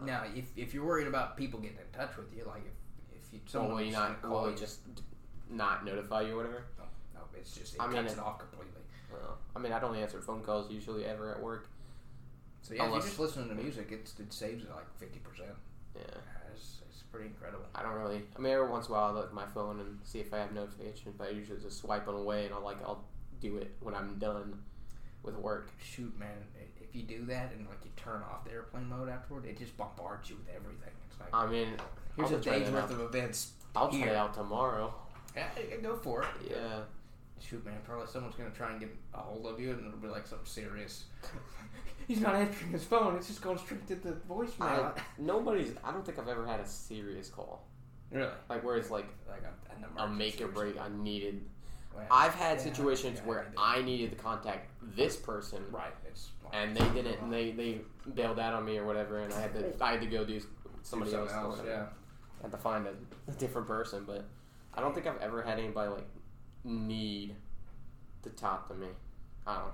Uh,
Now, if, if you're worried about people getting in touch with you, like if if you
So
someone
will you
was gonna
not?
call
Will
you,
it just d- not notify you or whatever?
no, it's just it
I mean,
cuts
it-
it off completely.
Well, I mean, I don't answer phone calls usually ever at work.
So yeah, if
Unless-
you're just listening to music, it's, it saves it like fifty percent.
Yeah,
It's, it's pretty incredible.
I don't really. I mean, every once in a while I look at my phone and see if I have notifications, but I usually just swipe them away and I'll like I'll do it when I'm done with work.
Shoot, man, i- if you do that and like you turn off the airplane mode afterward, it just bombards you with everything. It's like
I mean,
here's
I'll
a
try
day's
that
worth
out.
of events.
I'll try
Here.
it out tomorrow.
Yeah, yeah, go for it.
Yeah.
Shoot, man, probably someone's gonna try and get a hold of you, and it'll be like something serious. He's not answering his phone; it's just going straight to the
I,
voicemail.
nobody's. I don't think I've ever had a serious call
really?
like where it's like
Like a, an
a make or
emergency
break. I needed.
something.
I've had
Yeah,
situations
yeah,
where
I
I needed to contact this person,
right? It's like,
and they didn't. And they they bailed out on me or whatever, and I had to I had to go do s- somebody
something
else. or whatever.
yeah.
I had to find a, a different person, but I don't think I've ever had anybody like need to talk to me. I don't.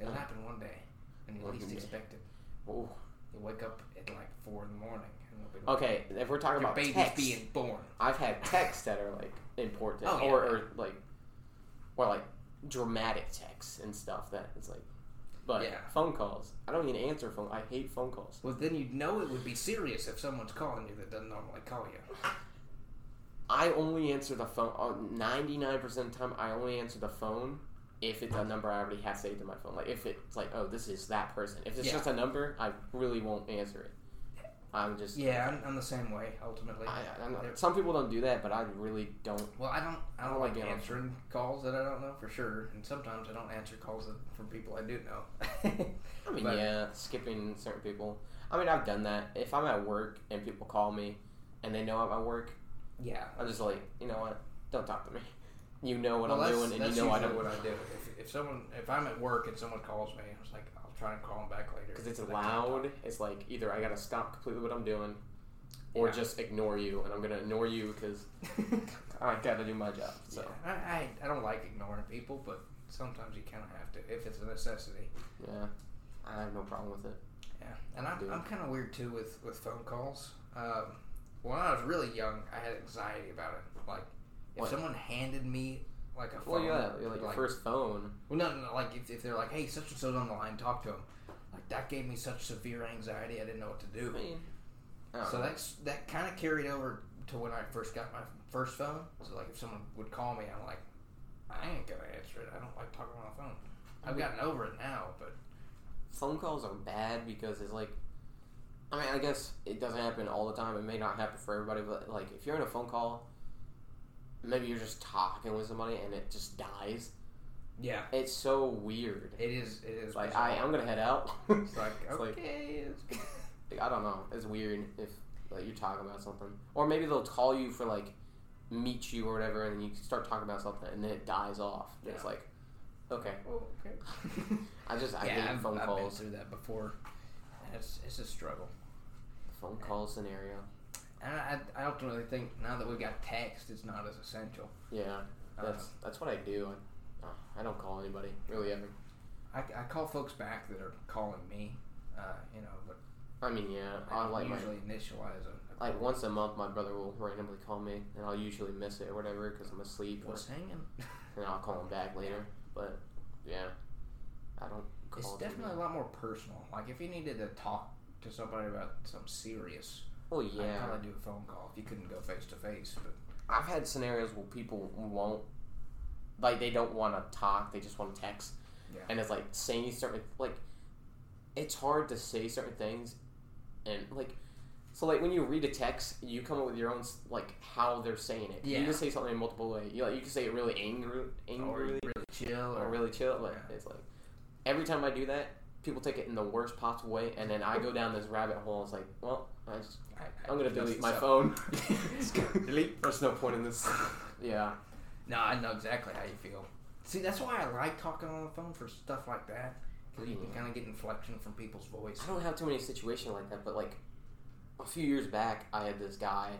It'll happen one day, and you
One
least
day.
expect it.
Ooh.
You wake up at like four in the morning, and it'll be like,
Okay, if we're talking
your
about
baby's
text,
being born.
I've had texts that are like important
Oh, yeah.
or, or like or like dramatic texts and stuff that it's like but
Yeah.
phone calls. I don't even answer phone I hate phone calls.
Well, then you'd know it would be serious if someone's calling you that doesn't normally call you.
I only answer the phone ninety nine percent of the time I only answer the phone if it's a number I already have saved in my phone. Like if it's like, oh this is that person. If it's
Yeah.
just a number, I really won't answer it. I'm just
Yeah, I'm, I'm the same way. Ultimately,
I, I don't know. Some people don't do that, but I really don't.
Well, I don't. I
I
don't
don't
like
get on-
answering calls that I don't know for sure, and sometimes I don't answer calls that, from people I do know.
I mean,
But-
yeah, skipping certain people. I mean, I've done that. If I'm at work and people call me and they know I'm at work,
yeah.
I'm just like, you know what? Don't talk to me. You know what
Well,
I'm
that's-
doing, and
that's
you know I
usually
don't.
What I do if, if someone if I'm at work and someone calls me, I was like, I'll try and call them back later
Because it's
But I can't talk.
loud. It's like either I gotta stop completely what I'm doing, or
Yeah.
just ignore you, and I'm gonna ignore you because I gotta do my job. So
Yeah, I, I I don't like ignoring people, but sometimes you kind of have to if it's a necessity.
yeah. I have no problem with it.
Yeah, and I'm,
Yeah.
I'm kind of weird too with with phone calls. Um, When I was really young, I had anxiety about it. Like, if
What?
someone handed me like a phone,
Well, yeah, you're like your
like-
first phone.
well, no, no, no, like if, if they're like, hey, such and so's on the line, talk to him. Like that gave me such severe anxiety, I didn't know what to
I
do.
mean, I don't
So
know.
that's that kind of carried over to when I first got my first phone. So like if someone would call me, I'm like, I ain't gonna answer it. I don't like talking on the phone. I've gotten over it now, but
phone calls are bad because it's like I mean, I guess it doesn't happen all the time. It may not happen for everybody, but like if you're in a phone call, maybe you're just talking with somebody and it just dies.
yeah,
It's so weird.
it is. It is
It's like
bizarre.
I, I'm gonna head out.
It's like
It's like-
okay, it's good.
Like, I don't know. It's weird if like you're talking about something, or maybe they'll call you for like meet you or whatever, and you start talking about something, and then it dies off. It's
Yeah.
like okay,
Well, Oh, okay.
I just I
yeah,
hate
I've,
phone
I've
calls.
been through that before. And It's it's a struggle.
phone call scenario.
And I, I ultimately think now that we've got text, it's not as essential.
Yeah.
Uh,
That's that's what I do. I, uh, I don't call anybody really ever.
I, I call folks back that are calling me, uh, you know, but
I mean, yeah,
I
I
don't
like my,
usually initialize them.
like once a month, my brother will randomly call me, and I'll usually miss it or whatever because I'm asleep, or,
was hanging.
and I'll call him back later. But yeah, I don't call.
It's
too
definitely a
many.
lot more personal. Like if you needed to talk to somebody about something serious,
Well,
I'd
Oh, yeah,
probably do a phone call if you couldn't go face to face. But
I've had scenarios where people won't, like, they don't want to talk; they just want to text,
Yeah.
and it's like saying certain like, it's hard to say certain things, and like, so like when you read a text, you come up with your own s- like how they're saying it.
Yeah.
You can say something in multiple ways. You like you can say it really angry,
or
angrily,
really chill,
or
or
really chill. Like
Yeah.
it's like every time I do that, people take it in the worst possible way, and then I go down this rabbit hole. It's like, well, I just,
I, I
I'm gonna
messed
delete
this
my
up.
phone.
Just go delete.
There's no point in this. yeah.
No, I know exactly how you feel. See, that's why I like talking on the phone for stuff like that because you can
Yeah.
kind of get inflection from people's voice.
Mm. I don't have too many situations like that, but like a few years back, I had this guy.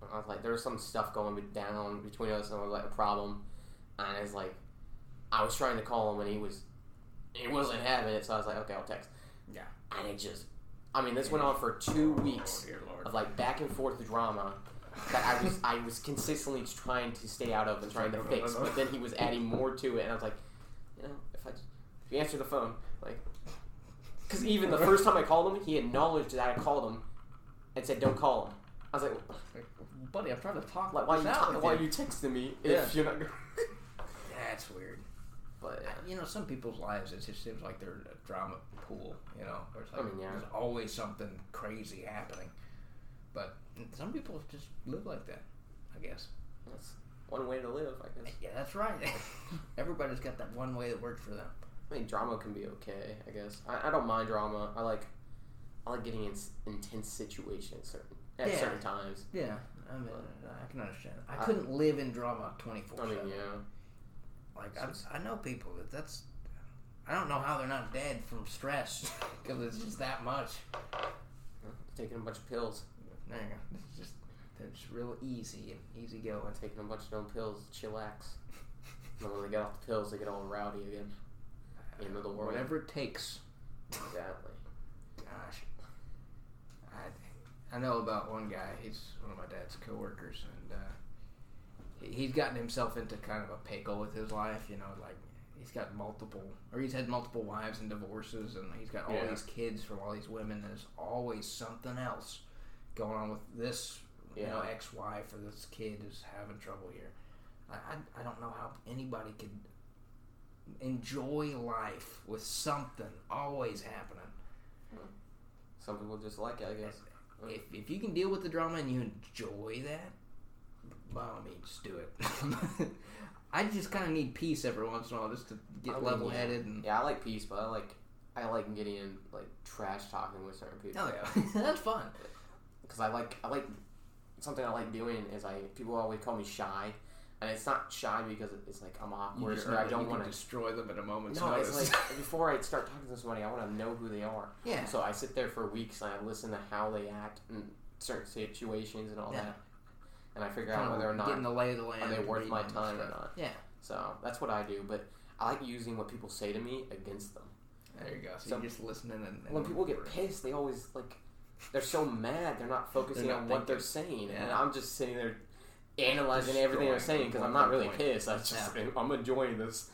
and I was like, there was some stuff going be- down between us, and it was like a problem. And it's like, I was trying to call him, and he was, he wasn't having it. So I was like, okay, I'll text.
Yeah.
And it just, I mean, this went on for two weeks
Oh, dear Lord.
of like back and forth drama that I was, I was consistently trying to stay out of and trying to
No, no,
fix.
no, no.
But then he was adding more to it, and I was like, you know, if I, just, if you answer the phone, like. Because even the first time I called him, he acknowledged that I called him and said, "Don't call him." I was like,
buddy, I'm trying to talk
"Like, why
this
you
out
ta-
with
why
you.
you texting me
Yeah.
if you're not?" Going?
That's weird.
but yeah.
You know, some people's lives, it just seems like they're in a drama pool, you know? There's, like,
I mean, yeah.
there's always something crazy happening. But some people just live like that, I guess.
that's one way to live, I guess.
Yeah, that's right. Everybody's got that one way that works for them.
I mean, drama can be okay, I guess. I, I don't mind drama. I like, I like getting in s- intense situations certain at
Yeah.
certain times.
Yeah, I mean, I can understand. I,
I-
couldn't live in drama 24
I mean,
7.
yeah,
Like, I, I know people that that's. I don't know how they're not dead from stress because it's just that much.
taking a bunch of pills.
There you go. It's just, they're just real easy and easy going.
I'm taking a bunch of them pills, chillax. And then when they get off the pills, they get all rowdy again. End of the world.
Whatever it takes.
Exactly.
Gosh. I, I know about one guy. He's one of my dad's coworkers, and uh, he- he's gotten himself into kind of a pickle with his life. You know, like he's got multiple, or he's had multiple wives and divorces, and he's got all
Yeah.
these kids from all these women. And there's always something else going on with this, you know,
Yeah.
ex-wife or this kid is having trouble here. I, I, I don't know how anybody could enjoy life with something always happening.
Some people just like it, I guess.
if, if you can deal with the drama and you enjoy that, by all means, just do it. I just kind of need peace every once in a while just to
I
get
mean,
level headed and.
Oh, Yeah, I like peace, but I like I like getting in like trash talking with certain people
Oh yeah, that's fun.
because I like I like something I like doing is I people always call me shy, and it's not shy because it's like I'm awkward or I don't want to.
destroy them at a moment's
No,
notice.
it's like before I start talking to somebody, I want to know who they are.
yeah,
So I sit there for weeks and I listen to how they act in certain situations and all
Yeah.
that, and I figure
Kinda
out whether or not
getting the lay of the land.
are they worth
reading
my
and
time or
stuff.
not.
Yeah,
So that's what I do, but I like using what people say to me against them.
there you go. So,
So-
you're just listening and, and
When people get
remembering.
pissed, they always like they're so mad they're not focusing
They're not
on what they're saying, and I'm just sitting there analyzing everything they're
Destroying
saying because I'm
one
not really
point.
pissed. I just
Yeah.
I'm enjoying this,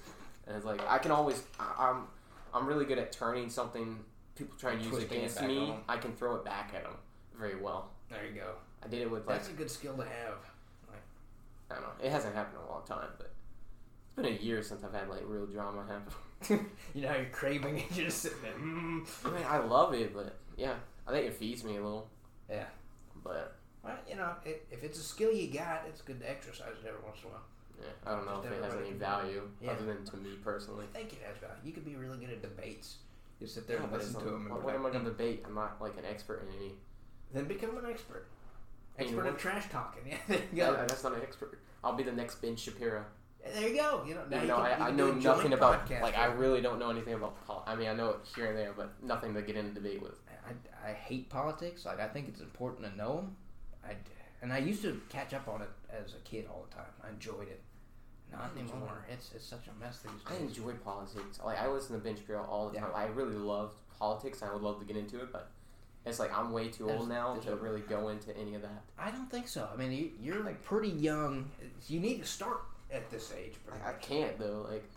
and it's like I can always I, I'm I'm really good at turning something people try to use
Twisting it
against
back on
me.
'em.
I can throw it back at them very well.
There you go.
I did it with like
That's a good skill to have.
I don't know. It hasn't happened in a long time, but it's been a year since I've had like real drama happen.
You know, how you're craving it. You're just sitting there. Mm.
I mean, I love it, but yeah, I think it feeds me a little.
Yeah.
But
Well, you know, it, if it's a skill you got, it's good to exercise it every once in a while.
yeah, I don't know
Just
if it has
everybody
any
can-
value
Yeah.
other than to me personally.
I think it has value. You could be really good at debates. You sit there
Yeah,
and
but
listen
it's
to
like,
them. And
What,
be
what am I
like,
going to debate? I'm not like an expert in any.
Then become an expert.
You
Expert
know
in
what?
trash talking. Yeah, there you
Yeah.
go.
that's not an expert. I'll be the next Ben Shapiro.
There you go. You know, now
You
you
know,
can- you
I, I
can
know
do a joint
nothing about
podcast
like I
with-
really don't know anything about pol. I mean, I know it here and there, but nothing to get in a debate with.
I, I hate politics. Like I think it's important to know them. I d- and I used to catch up on it as a kid all the time. I enjoyed it. Not
I enjoy
anymore. It's it's such a mess these
I
days.
enjoy politics. Like I listen to Ben Shapiro all the
Yeah.
time. I really loved politics. and I would love to get into it, but it's like I'm way too
There's-
old now
there's
to
a-
really go into any of that.
I don't think so. I mean, you, you're like pretty young. You need to start at this age. Pretty
I, I
much.
can't though. Like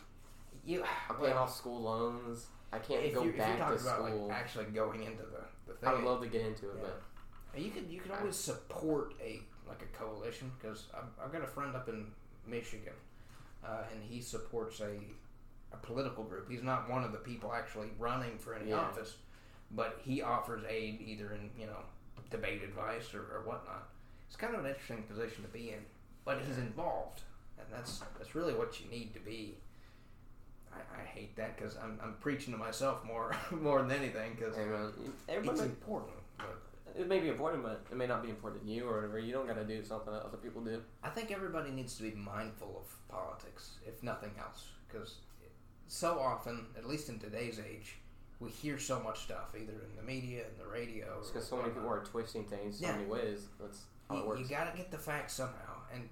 You.
I'm paying off school loans. I can't
if
go
you're, if you're
back to
talking about
school.
like actually going into the, the thing,
I would love to get into it,
Yeah.
but
you could you could always support a like a coalition because I've, I've got a friend up in Michigan, uh, and he supports a a political group. He's not one of the people actually running for any
Yeah.
office, but he offers aid either in you know debate advice or, or whatnot. It's kind of an interesting position to be in, but he's involved, and that's that's really what you need to be. I, I hate that because I'm, I'm preaching to myself more more than anything because
hey, man, everybody
it's
might-
important. But
It may be important, but it may not be important to you or whatever. You don't got to do something that other people do.
I think everybody needs to be mindful of politics, if nothing else, because so often, at least in today's age, we hear so much stuff either in the media and the radio.
It's
or
because so many people
whatnot.
are twisting things so
Yeah.
many ways. That's how it
You,
works.
you got to get the facts somehow, and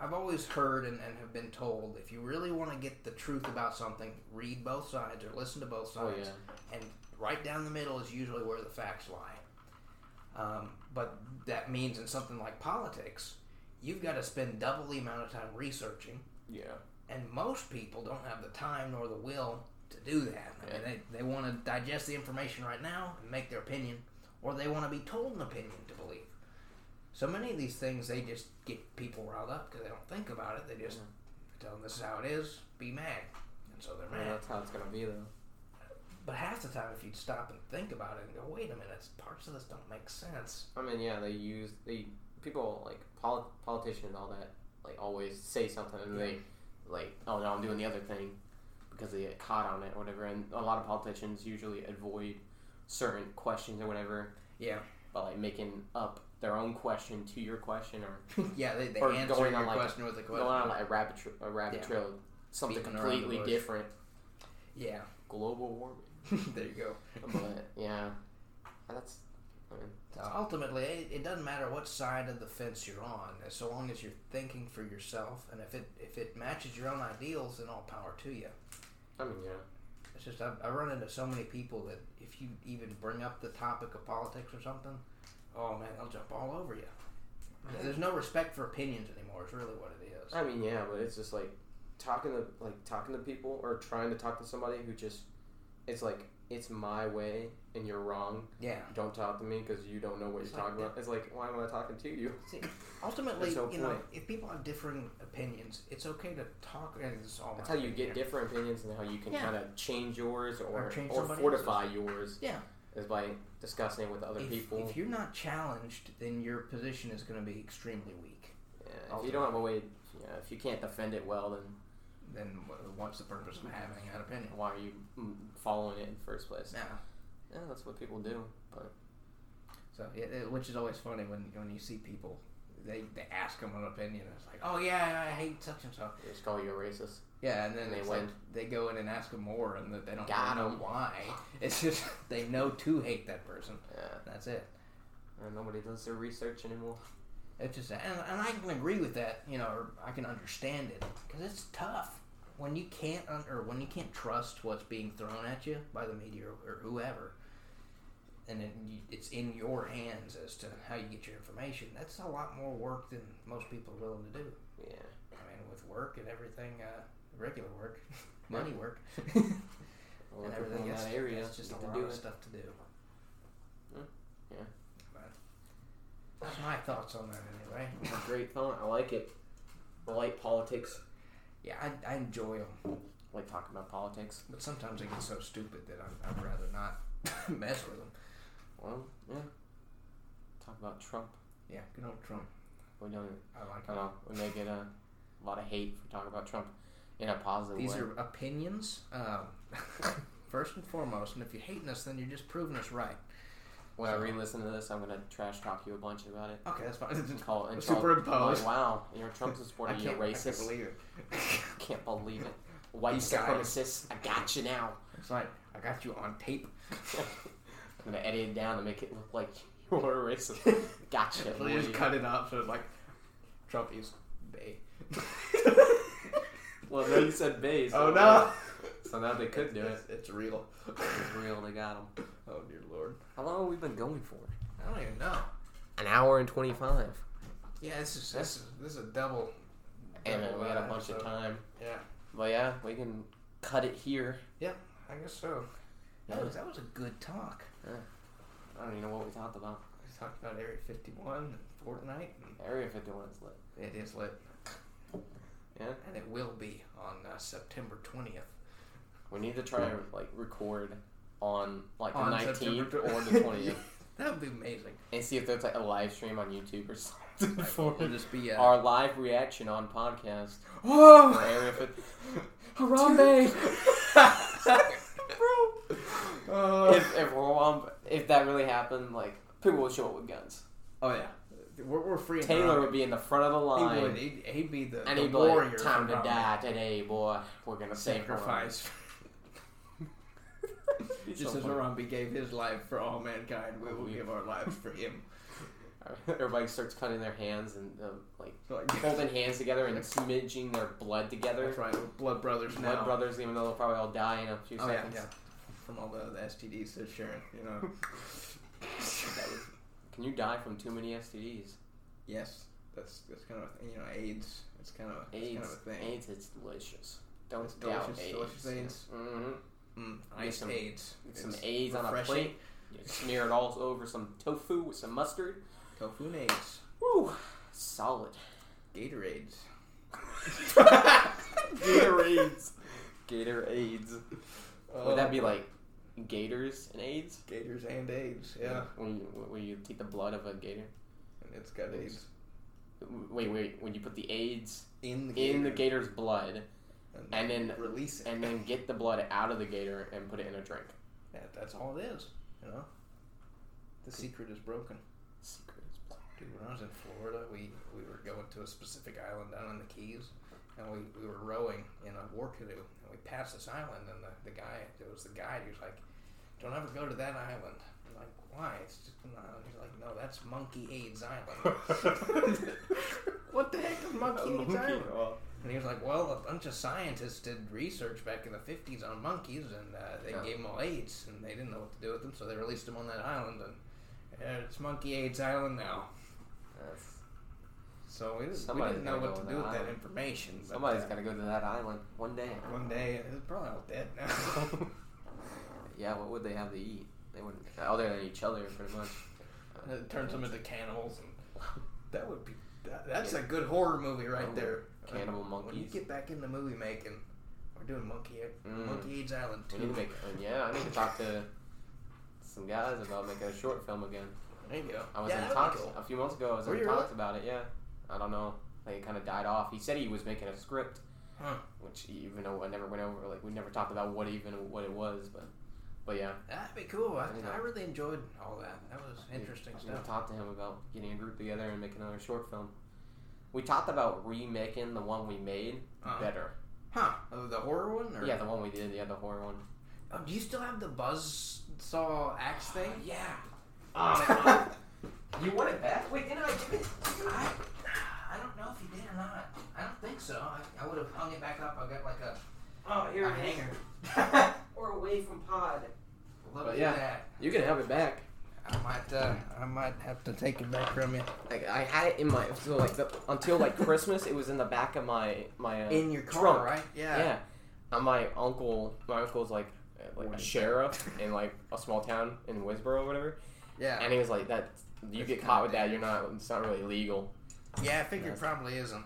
I've always heard and, and have been told if you really want to get the truth about something, read both sides or listen to both
oh
sides.
yeah,
and right down the middle is usually where the facts lie. Um, but that means in something like politics, you've got to spend double the amount of time researching,
yeah.
and most people don't have the time nor the will to do that. I mean, they, they want to digest the information right now and make their opinion, or they want to be told an opinion to believe. So many of these things, they just get people riled up because they don't think about it. They just
Yeah.
tell them this is how it is, be mad. And so
I
they're
mean,
mad.
that's how it's gonna be though.
But half the time, if you'd stop and think about it and go, wait a minute, parts of this don't make sense.
I mean, yeah, they use they people like poli- politicians and all that like always say something and they like oh no I'm doing the other thing because they get caught on it or whatever. And a lot of politicians usually avoid certain questions or whatever
Yeah.
by like making up their own question to your question or
yeah, they, they
Or
answer
going
your
on, like,
question with a
going
question.
on like a rabbit tra- a rabbit
Yeah.
trail something
Beating around the
completely
bush.
different
yeah,
global warming.
there you go.
but yeah, that's
So ultimately, it, it doesn't matter what side of the fence you're on, as so long as you're thinking for yourself, and if it if it matches your own ideals, then all power to you.
I mean yeah,
It's just I've, I run into so many people that if you even bring up the topic of politics or something, oh man, they'll jump all over you.
Mm-hmm.
There's no respect for opinions anymore. Is really what it is.
I mean yeah, but it's just like talking to like talking to people or trying to talk to somebody who just it's like it's my way and you're wrong.
Yeah.
Don't talk to me because you don't know what
It's
you're
like
talking about. It's like why am I talking to you?
See, ultimately,
There's no
you know,
point.
if people have differing opinions, it's okay to talk. And it's all
That's
my
how you
opinion.
get different opinions and how you can
Yeah.
kind of change yours or
Or change
or,
somebody
fortify yours.
Yeah.
is by discussing it with other
if,
people.
If you're not challenged, then your position is going to be extremely weak.
yeah, if you don't have a way, yeah, if you can't defend it well, then
Then wh- what's the purpose of having an opinion?
why are you mm, following it in the first place?
Yeah.
Yeah, that's what people do. But
So, it, it- which is always funny when when you see people, they they ask them an opinion. And it's like, oh yeah, I hate such and so.
they just call you a racist.
Yeah, and then
And they
it's
win.
like they go in and ask them more, and that they don't
Got
really know
'em.
why. It's just they know to hate that person.
Yeah,
That's it.
and nobody does their research anymore.
It's just, and, and I can agree with that, you know, or I can understand it because it's tough when you can't un- or when you can't trust what's being thrown at you by the media or, or whoever. and then you, it's in your hands as to how you get your information. That's a lot more work than most people are willing to do.
Yeah.
I mean, with work and everything, uh, regular work, money work,
Well,
and
if you're
everything
from
else,
that area,
that's just
you
a
can
lot
do
of
it.
stuff to do.
Yeah. Yeah.
But that's my thoughts on that anyway.
It's a Great thought. I like it. I like politics.
Yeah, I, I enjoy them,
I like talking about politics.
but sometimes they get so stupid that I'm, I'd rather not mess with them.
Well, yeah. Talk about Trump.
Yeah, good old Trump.
We don't.
I like
I don't
him.
know. We may get a lot of hate for talking about Trump in a positive
These
way.
are opinions. Um, first and foremost, and if you're hating us, then you're just proving us right.
when I re-listen to this, I'm gonna trash talk you a bunch about it.
Okay, that's fine.
Call it and tell-
Superimpose.
like, wow, you're a Trump supporter.
I
You're
can't, I can't
racist.
believe it.
can't believe it. White
These guys.
supremacists. I got you now.
It's like I got you on tape.
I'm gonna edit it down to make it look like you were a racist. Gotcha.
They just
Lee.
cut it up so it's like Trump is bay.
Well, no, you said base.
oh no!
So now they could do it.
It's, it's real.
It's real. They got him.
Oh dear lord!
How long have we been going for?
I don't even know.
An hour and twenty-five.
Yeah, this is this is this is a double.
And
double,
we had a
uh,
bunch of
episode.
time.
Yeah,
But yeah, we can cut it here.
I guess so. That was that was a good talk.
I don't even know what we talked about.
We talked about Area 51 and Fortnite. And
Area 51 is lit.
it is lit,
Yeah.
and it will be on uh, September 20th.
We need to try and like record on like the
On
19th
September
or
tw-
the 20th
That would be amazing.
and see if there's like a live stream on YouTube or something for
It'll just be uh,
our live reaction on podcast
Whoa!
for Area 50. Harambe!
Bro. Uh,
if, if, Harambe, if that really happened, like people would show up with guns.
oh yeah, we're, we're free. and
Taylor
proud.
would be in the front of the line.
he would. He'd, he'd be the,
And
the
he'd be
warrior.
like, time
from
to
Rome.
die today, boy. We're gonna save Harambe.
Sacrifice.
He's
Just
so
as
funny.
Harambe gave his life for all mankind, we will
We-
give our lives for him.
Everybody starts cutting their hands and uh, like
So like,
holding hands together and smidging their blood together.
that's right. We're blood brothers
Blood
now.
brothers, even though they'll probably all die in a few
Oh yeah,
seconds.
yeah. From all the, the STDs they're sharing, you know.
That was- Can you die from too many STDs?
yes, that's that's kind of a thing. you know AIDS. It's kind of it's
AIDS,
kind of a thing.
AIDS, it's delicious. Don't
It's
doubt
delicious,
AIDS.
delicious AIDS.
hmm
Mm,
Get
ice
some-
AIDS.
Some
It's
AIDS on a
refreshing.
plate. You smear it all over some tofu with some mustard.
Tofu and AIDS.
Woo, solid.
Gatorades.
Gatorades. Gatorades.
Oh,
Would that be like gators and AIDS?
Gators and AIDS? Yeah,
When you, when you take the blood of a gator.
and it's got
Oops.
AIDS
Wait, wait. When you put the AIDS
in the gator,
in the gator's blood and then-
release it,
and then get the blood out of the gator and put it in a drink.
That- that's all it is. You know, the secret is broken.
Secret is blood.
Dude, when I was in Florida, we, we were going to a specific island down in the Keys, and we, we were rowing in a war canoe, and we passed this island, and the, the guy, it was the guide, he was like, don't ever go to that island. I'm like, why? It's just an island. He's like, no, that's Monkey AIDS Island. what the heck is Monkey AIDS Island? Oh. And he was like, well, a bunch of scientists did research back in the 50s on monkeys, and uh, they
Yeah.
gave them all AIDS, and they didn't know what to do with them, so they released them on that island, and uh, it's Monkey AIDS Island now.
That's-
So we didn't, we
Somebody's
didn't know
gotta
what
go
to
on
do
that
with that
island.
information. But,
Somebody's
uh,
got to go to that island one day.
One day, it's probably all dead now.
Yeah, what would they have to eat? They wouldn't. Other than each other, pretty much.
it turns them into cannibals. And that would be. That, that's a good horror movie right
Oh,
there.
cannibal
When you
monkeys.
get back into movie making, we're doing Monkey
Mm.
Monkey AIDS Island
We
two.
need to make. and yeah, I need to talk to some guys about making a short film again.
There you go.
I was
yeah,
in
that'd be
talks
cool.
a few months ago. I was
Were
in
you
talks
really?
about it. Yeah, I don't know. Like it kind of died off. He said he was making a script,
Huh.
which even though I never went over, like we never talked about what even what it was, but but yeah,
That'd be cool. I,
There you
I
go.
really enjoyed all that. That was interesting
I'm gonna
stuff.
talk to him about getting a group together and making another short film. We talked about remaking the one we made
Uh-huh.
better.
Huh? Oh, the horror one? Or?
Yeah, the one we did, yeah, the horror one.
Oh, do you still have the buzz saw axe thing?
Yeah.
Oh,
you want it back? Wait, didn't I give it?
I, I don't know if he did or not. I don't think so. I, I would have hung it back up. I got like a,
Oh,
a hanger.
Or away from pod.
Look
But
at
yeah.
that.
You can have it back.
I might, uh, I might have to take it back from you.
Like I had it in my so like the, until like Christmas, it was in the back of my my uh,
In your car,
trunk.
right? Yeah.
Yeah. And my uncle, my uncle's like uh, like a
Wait.
sheriff in like a small town in Wisboro or whatever,
Yeah.
and he was like, "That you get
It's kinda
caught with that, you're not. It's not really legal."
Yeah, I figure
That's-
it probably isn't.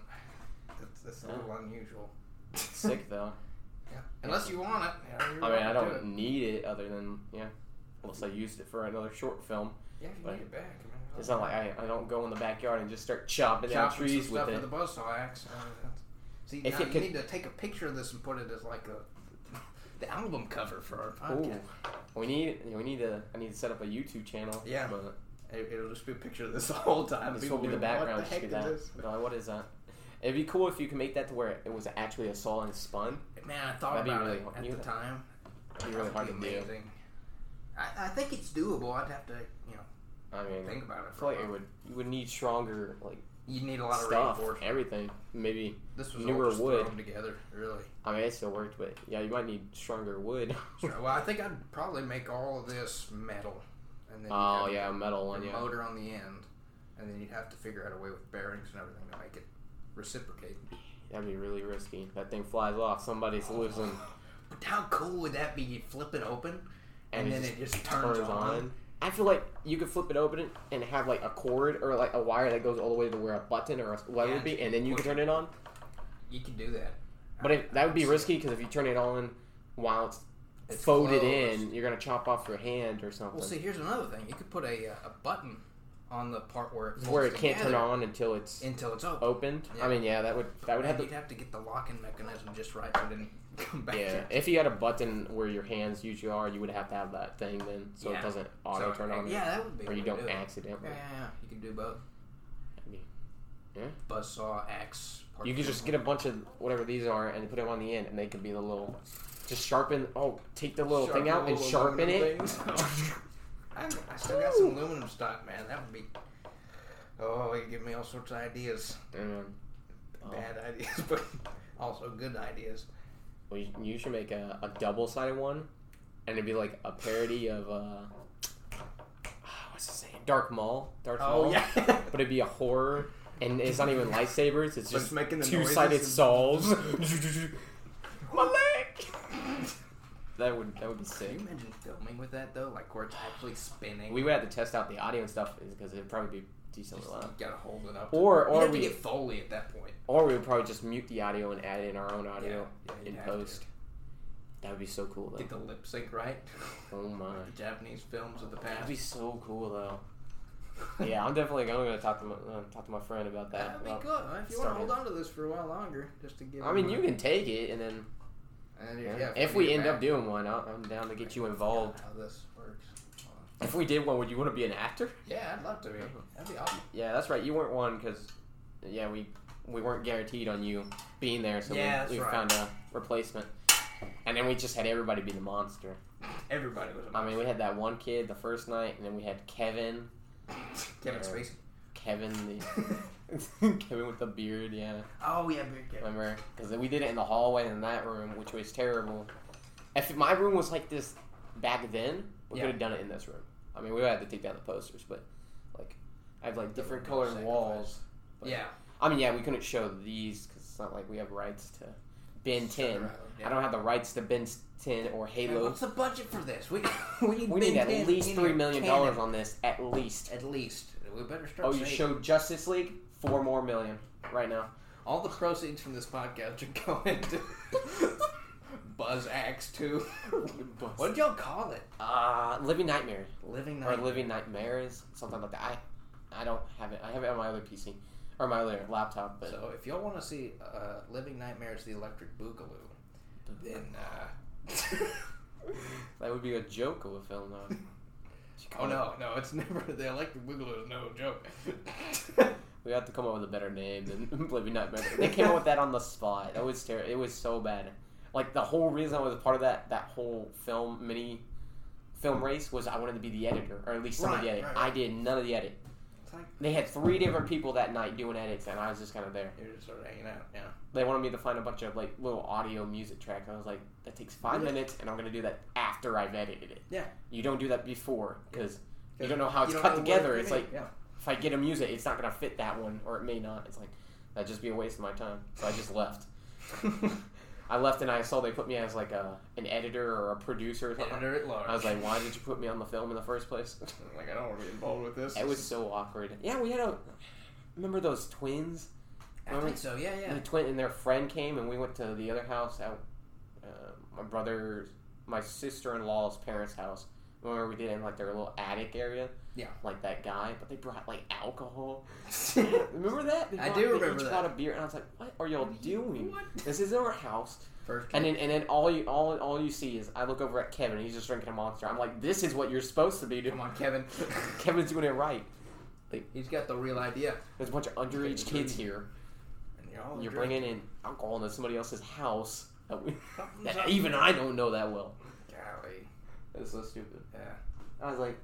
That's, that's a
Yeah.
little unusual.
Sick though.
Yeah. Unless you want it. Yeah, you're
I mean, I
welcome to
don't need it other than yeah. Unless I used it for another short film,
it. Yeah, if you
but-
need it back. I mean,
it's not like I, I don't go in the backyard and just start chopping down
chopping
trees
some
with
stuff
it.
with a buzzsaw axe. I mean, that's- See,
If
now
it
you
could-
need to take a picture of this and put it as like a the album cover for our
Ooh,
podcast.
we need we need to I need to set up a YouTube channel.
Yeah.
but
It, it'll just be a picture of this the whole time.
This
People
will be the
like, what
background.
the
just
heck
be
is
that.
this?
No, what is that? It'd be cool if you could make that to where it was actually a saw and spun.
Man, I thought
That'd be
about
really
it
hard-
at
you-
the time.
It'd be really hard to do.
I, I think it's doable. I'd have to, you know,
I mean,
think about
I
it. For
feel
a
like it
while.
would you would need stronger like
You'd need a lot of
stuff,
reinforcement.
everything. Maybe
This was
Newer
all just
wood.
thrown together, really.
I mean it still worked, but yeah, you might need stronger wood.
Sure. Well, I think I'd probably make all of this metal, and then you'd
oh
have
yeah, a metal
a
one. Yeah,
motor on the end, and then you'd have to figure out a way with bearings and everything to make it reciprocate.
that'd be really risky. That thing flies off. Somebody's losing,
But how cool would that be? You flip it open,
and,
and, then
it
it just
just
turns, on.
I feel like you could flip it open and have like a cord or like a wire that goes all the way to where a button or a lever
Yeah,
would be,
just
and then you could
push
turn it on.
You could do that.
But if, that would be
It's-
risky because if you turn it on while it's,
it's
folded
closed.
in, you're gonna chop off your hand or something.
Well, see, here's another thing. You could put a, uh, a button on the part where it
where it
folds
can't turn
together
on until it's
until it's open.
opened.
Yeah.
I mean, yeah, that would that would
And
have to.
you'd have to get the locking mechanism just right so it didn't come back.
Yeah,
to-
if you had a button where your hands usually are, you would have to have that thing then, so
Yeah.
it doesn't auto
So,
turn on,
Yeah, that would be.
or
a
you
way to
don't
do it.
accidentally.
Yeah, yeah, yeah. You can do both.
Yeah. Yeah.
Buzzsaw, axe.
You could just get a bunch of whatever these are and put them on the end, and they could be the little. Just sharpen. Oh, take the little thing out and sharpen it.
I, I still got some aluminum stock, man. That would be. Oh, you give me all sorts of ideas.
And, Oh.
Bad ideas, but also good ideas.
Well, you- you should make a, a double sided one, and it'd be like a parody of uh, ah, what's his name, Dark Maul, Darth Maul.
Oh, yeah.
But it'd be a horror, and it's not even lightsabers. It's
But
just
making the
two sided
noises
saws. My leg.
and-
That would that would be sick.
Can you imagine filming with that though? Like where it's actually spinning.
We would have to test out the audio and stuff because it'd probably be decently
Just
loud.
gotta hold it up.
Or
You'd
or
have to
we
get Foley at that point.
or we would probably just mute the audio and add in our own audio
Yeah, yeah, you'd
in
have to.
post. That would be so cool though.
Get the lip sync right.
Oh my.
The Japanese films of the
That'd
past.
be so cool though. Yeah, I'm definitely going to talk to my, uh, talk to my friend about that.
That'd be
Well,
good. huh? If you want
started.
to hold on to this for a while longer, just to give.
I mean, you can take it, and then
And
yeah,
if,
if we end up doing one, I'll, I'm down to get you involved.
How this works?
If we did one, would you want to be an actor?
Yeah, I'd love to be. That'd be awesome.
Yeah, that's right. You weren't one because, yeah, we we weren't guaranteed on you being there, so
Yeah, that's
we, we
right.
found a replacement. And then we just had everybody be the monster.
Everybody was.
I mean, we had that one kid the first night, and then we had Kevin,
Kevin
yeah.
Spacey.
Kevin the Kevin with the beard, yeah.
oh yeah, big Kevin.
Remember? Because we did it in the hallway in that room, which was terrible. If my room was like this back then, we
Yeah.
could have done it in this room. I mean, we would have to take down the posters, but like, I have like different
Sacrifice.
colored walls. But-
Yeah.
I mean, yeah, we couldn't show these because it's not like we have rights to Ben 10. I don't have the rights to Ben 10 or
Hey,
Halo.
what's the budget for this? We we need,
we need
Ben
at
10
least
in
three
a
million
cannon.
dollars on this, at least.
At least we better start.
Oh, you
saving.
showed Justice League? Four more million right now.
All the proceeds from this podcast are going to Buzz Axe 2. What did y'all call it?
Uh, Living Nightmare.
Living
or
Night.
Living Nightmares, something like that. I, I don't have it. I have it on my other PC or my other laptop, but
So if y'all want to see uh, Living Nightmares The Electric Boogaloo, then. Uh...
that would be a joke of a film, though. Should
oh
come up-
no, no, it's never. The Electric Boogaloo is no joke.
we have to come up with a better name than Living Nightmare. They came up with that on the spot. That was terrible. It was so bad. Like the whole reason I was a part of that that whole film mini film race was I wanted to be the editor or at least some of the
Right,
edit.
right,
I
right.
did none of the edit.
It's like-
They had three different people that night doing edits, and I was just kind of there.
You're just sort of hanging out, yeah.
they wanted me to find a bunch of like little audio music tracks. I was like, that takes five
Yeah.
minutes, and I'm gonna do that after I've edited it.
Yeah.
You don't do that before because You don't know how
You
it's
don't
cut
know what
together.
it
It's
could be,
like
yeah.
if I get to use it, it's not gonna fit that one, or it may not. It's like that'd just be a waste of my time. So I just left. I left and I saw they put me as like a an editor or a producer or something.
Editor at large.
I was like, why did you put me on the film in the first place?
like I don't want to be involved with this.
it was so awkward. Yeah, we had a. Remember those twins?
I think so. Yeah, yeah.
The twin and their friend came, and we went to the other house at uh, my brother, my sister in law's parents' house. Remember we did it in like their little attic area.
Yeah.
Like that guy, but they brought like alcohol.
It
Remember that? They
I
brought-
do
they
remember
each
that.
brought a beer, and I was like, "What are y'all doing?
What?
This is our house."
First
And then, and then all you all all you see is I look over at Kevin. He's just drinking a monster. I'm like, "This is what you're supposed to be doing."
Come on, Kevin.
Kevin's doing it right.
He's got the real idea.
There's a bunch of underage kids here.
And you're all
You're
drinking.
bringing in alcohol into somebody else's house. That we,
Something's
that
up.
even I don't know that well.
Golly.
It's so stupid.
Yeah.
I was like,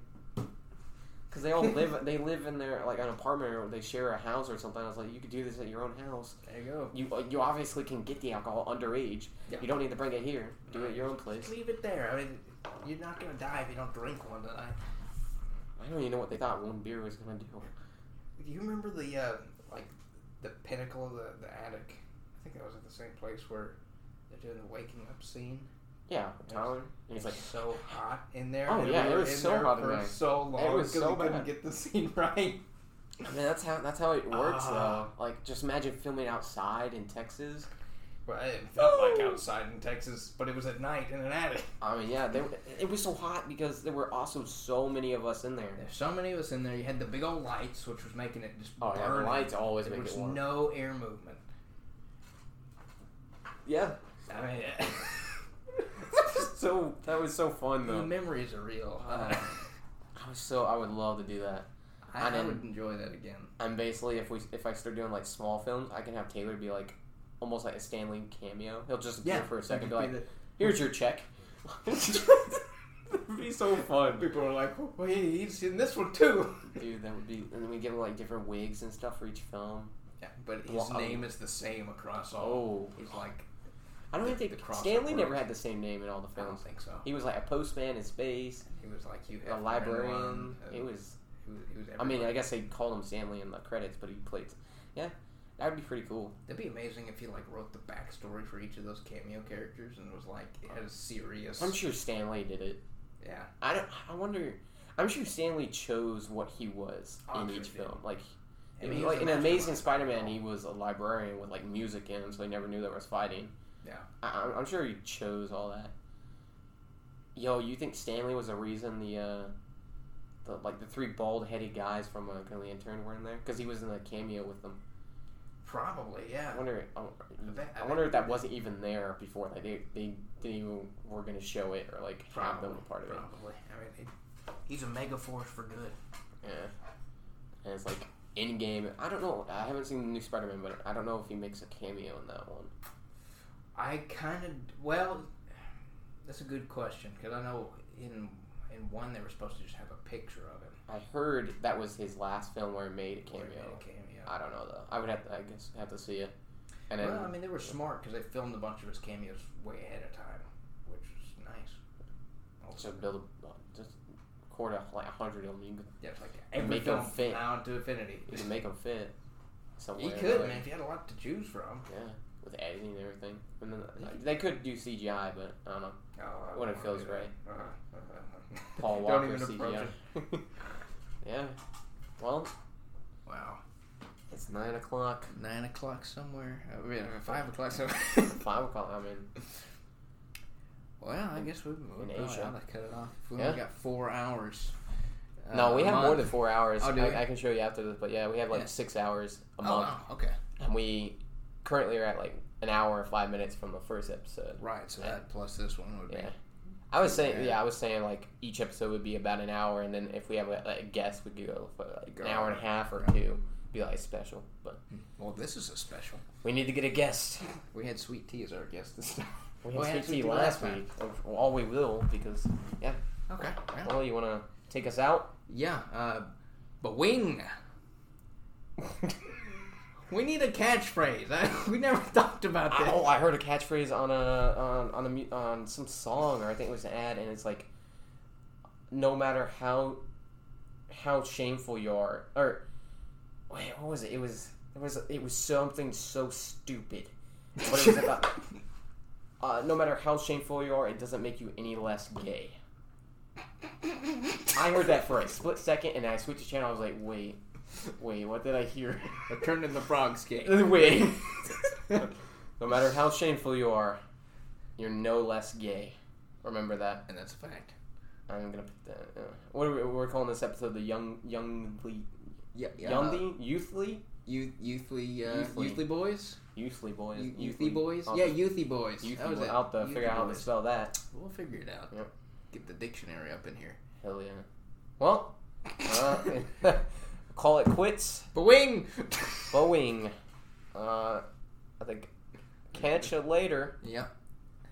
because they all live they live in their like an apartment or they share a house or something. I was like, you could do this at your own house.
There you go.
You uh, you obviously can get the alcohol underage.
Yeah.
You don't need to bring it here. Do it at your own place.
Just leave it there. I mean, you're not gonna die if you don't drink one tonight.
I don't even know what they thought one beer was gonna do.
Do you remember the uh, like the pinnacle of the, the attic? I think that was at the same place where they're doing the waking up scene.
Yeah, Tyler. And he's
It's
like,
like so hot in there.
Oh,
and
yeah,
we
it
were
was
in
so
there
hot in
for
there.
so long
It was
'cause
so
we couldn't
bad.
get the scene right.
man, that's how that's how it works
Ah.
though. Like, just imagine filming outside in Texas.
Well, it felt like
Woo!
outside in Texas, but it was at night in an attic.
I mean, yeah, they, it was so hot because there were also so many of us in there.
There's so many of us in there. You had the big old lights, which was making it just
Oh yeah, the
burning.
lights always
There
make
was
it warm.
no air movement.
yeah,
I mean,
so that was so fun
the
though.
memories are real.
Ah. I was so I would love to do that.
Uh, I,
And
I
then-
would enjoy that again.
And basically, if we if I start doing like small films, I can have Taylor be like almost like a Stanley cameo. He'll just appear for a second, be
it'd
like,
be
"Here's your check." It'd be so
the-
fun,
people are like, "Oh, well, he- he's in this one too.
dude. That would be, and then we give him like different wigs and stuff for each film.
Yeah, but his
Well, um,
name is the same across
Oh,
all. He's like,
I don't
the-
even think
the crossover
Stanley never
works.
had the same name in all the
I don't
films.
think so.
He was like a postman in space,
He was like you.
a librarian.
He
It
was.
was
He was, he was
I mean,
everywhere.
I guess they called him Stanley in the credits, but he played. Yeah, that would be pretty cool.
That'd be amazing if he like wrote the backstory for each of those cameo characters and was like it had a serious.
I'm sure Stanley did it.
yeah,
I don't. I wonder. I'm sure Stanley chose what he was in
I'm Oh, sure
each
he did.
film. Like,
I mean, he was
like
a
in
mastermind.
Amazing Spider-Man, he was a librarian with like music in him, so he never knew there was fighting.
Yeah.
I, I'm- I'm sure he chose all that. Yo, you think Stanley was the reason the, uh, the like the three bald-headed guys from uh, Green Lantern were in there? Because he was in a cameo with them.
Probably yeah.
I wonder. I,
bet- Mm. I
I wonder
bet-
if that wasn't even there before. Like they they didn't even were gonna show it or like have them
Probably.
a part of it.
Probably. I mean, he- he's a mega force for good.
Yeah. And it's like in game. I don't know. I haven't seen the new Spider Man, but I don't know if he makes a cameo in that one.
I kind of well, that's a good question because I know in in one they were supposed to just have a picture of him.
I heard that was his last film where he made a
Or
cameo.
he made a cameo.
I don't know though. I would have. To, I guess have to see it. And then
well, I mean they were smart because they filmed a bunch of his cameos way ahead of time, which is nice. Also,
just build a, uh, just record a, like a hundred of them. You could-
yeah, it's like
And
every
make
film
him fit.
now to infinity.
you could make them fit. Somewhere
He could,
like,
man. If you had a lot to choose from.
Yeah, with editing and everything. And then like, they could do CGI, but I don't know.
Oh, I
When it
wouldn't
feels
do that.
right.
Uh, uh, uh,
Paul
don't
Walker
even approach
CGI.
it.
yeah. Well,
Wow.
it's nine o'clock.
Nine o'clock somewhere. I mean, uh, five o'clock somewhere.
Five o'clock. I mean,
well, I guess we
In
in
Asia.
Asia. I'll cut it off. We
Yeah.
only got four hours. uh,
no, we
a
have more
month.
than four hours.
Oh, do we?
I, I can show you after this, but yeah, we have like
Yeah.
six hours a
Oh,
month,
wow. Okay.
and we currently are at like an hour and five minutes from the first episode.
Right. So that plus this one would be.
Yeah. I was saying,
Yeah.
yeah. I was saying like each episode would be about an hour, and then if we have a, like, a guest, we could go for like an
Go
hour and a
on.
half or
Yeah.
two. Be like special, but
Well, this is a special.
we need to get a guest.
We had Sweet Tea as our guest this time.
We
Well,
had
yeah,
sweet tea
we did
last
last time.
week. Well, all we will because
Okay. well,
well, you want to take us out?
Yeah. Uh, but wing. We need a catchphrase. I, we never talked about this.
oh, I heard a catchphrase on a on on a mu- on some song or I think it was an ad, and it's like, no matter how how shameful you are, or wait, what was it? It was it was it was something so stupid, but it was about uh, no matter how shameful you are, it doesn't make you any less gay. I heard that for a split second, and I switched the channel. I was like, wait, wait, what did I hear?
I turned in the frog's game.
wait, no matter how shameful you are, you're no less gay. Remember that.
and that's a fact.
I'm gonna put that. Uh, what are we, we're calling this episode? The young, youngly,
Yeah,
youngly, youthly,
uh, You youthly uh,
Youthly.
youthly. boys,
youthly boys,
you, youthy boys.
I'll
yeah,
just-
youthy boys.
youthly.
That was
boy-
it.
I'll have to
Youthy
figure out how to
boys.
spell that.
We'll figure it out.
Yep.
Get the dictionary up in here.
Hell yeah. Well, uh, call it quits.
Boing.
Boeing. Uh, I think. Catch you later.
Yep.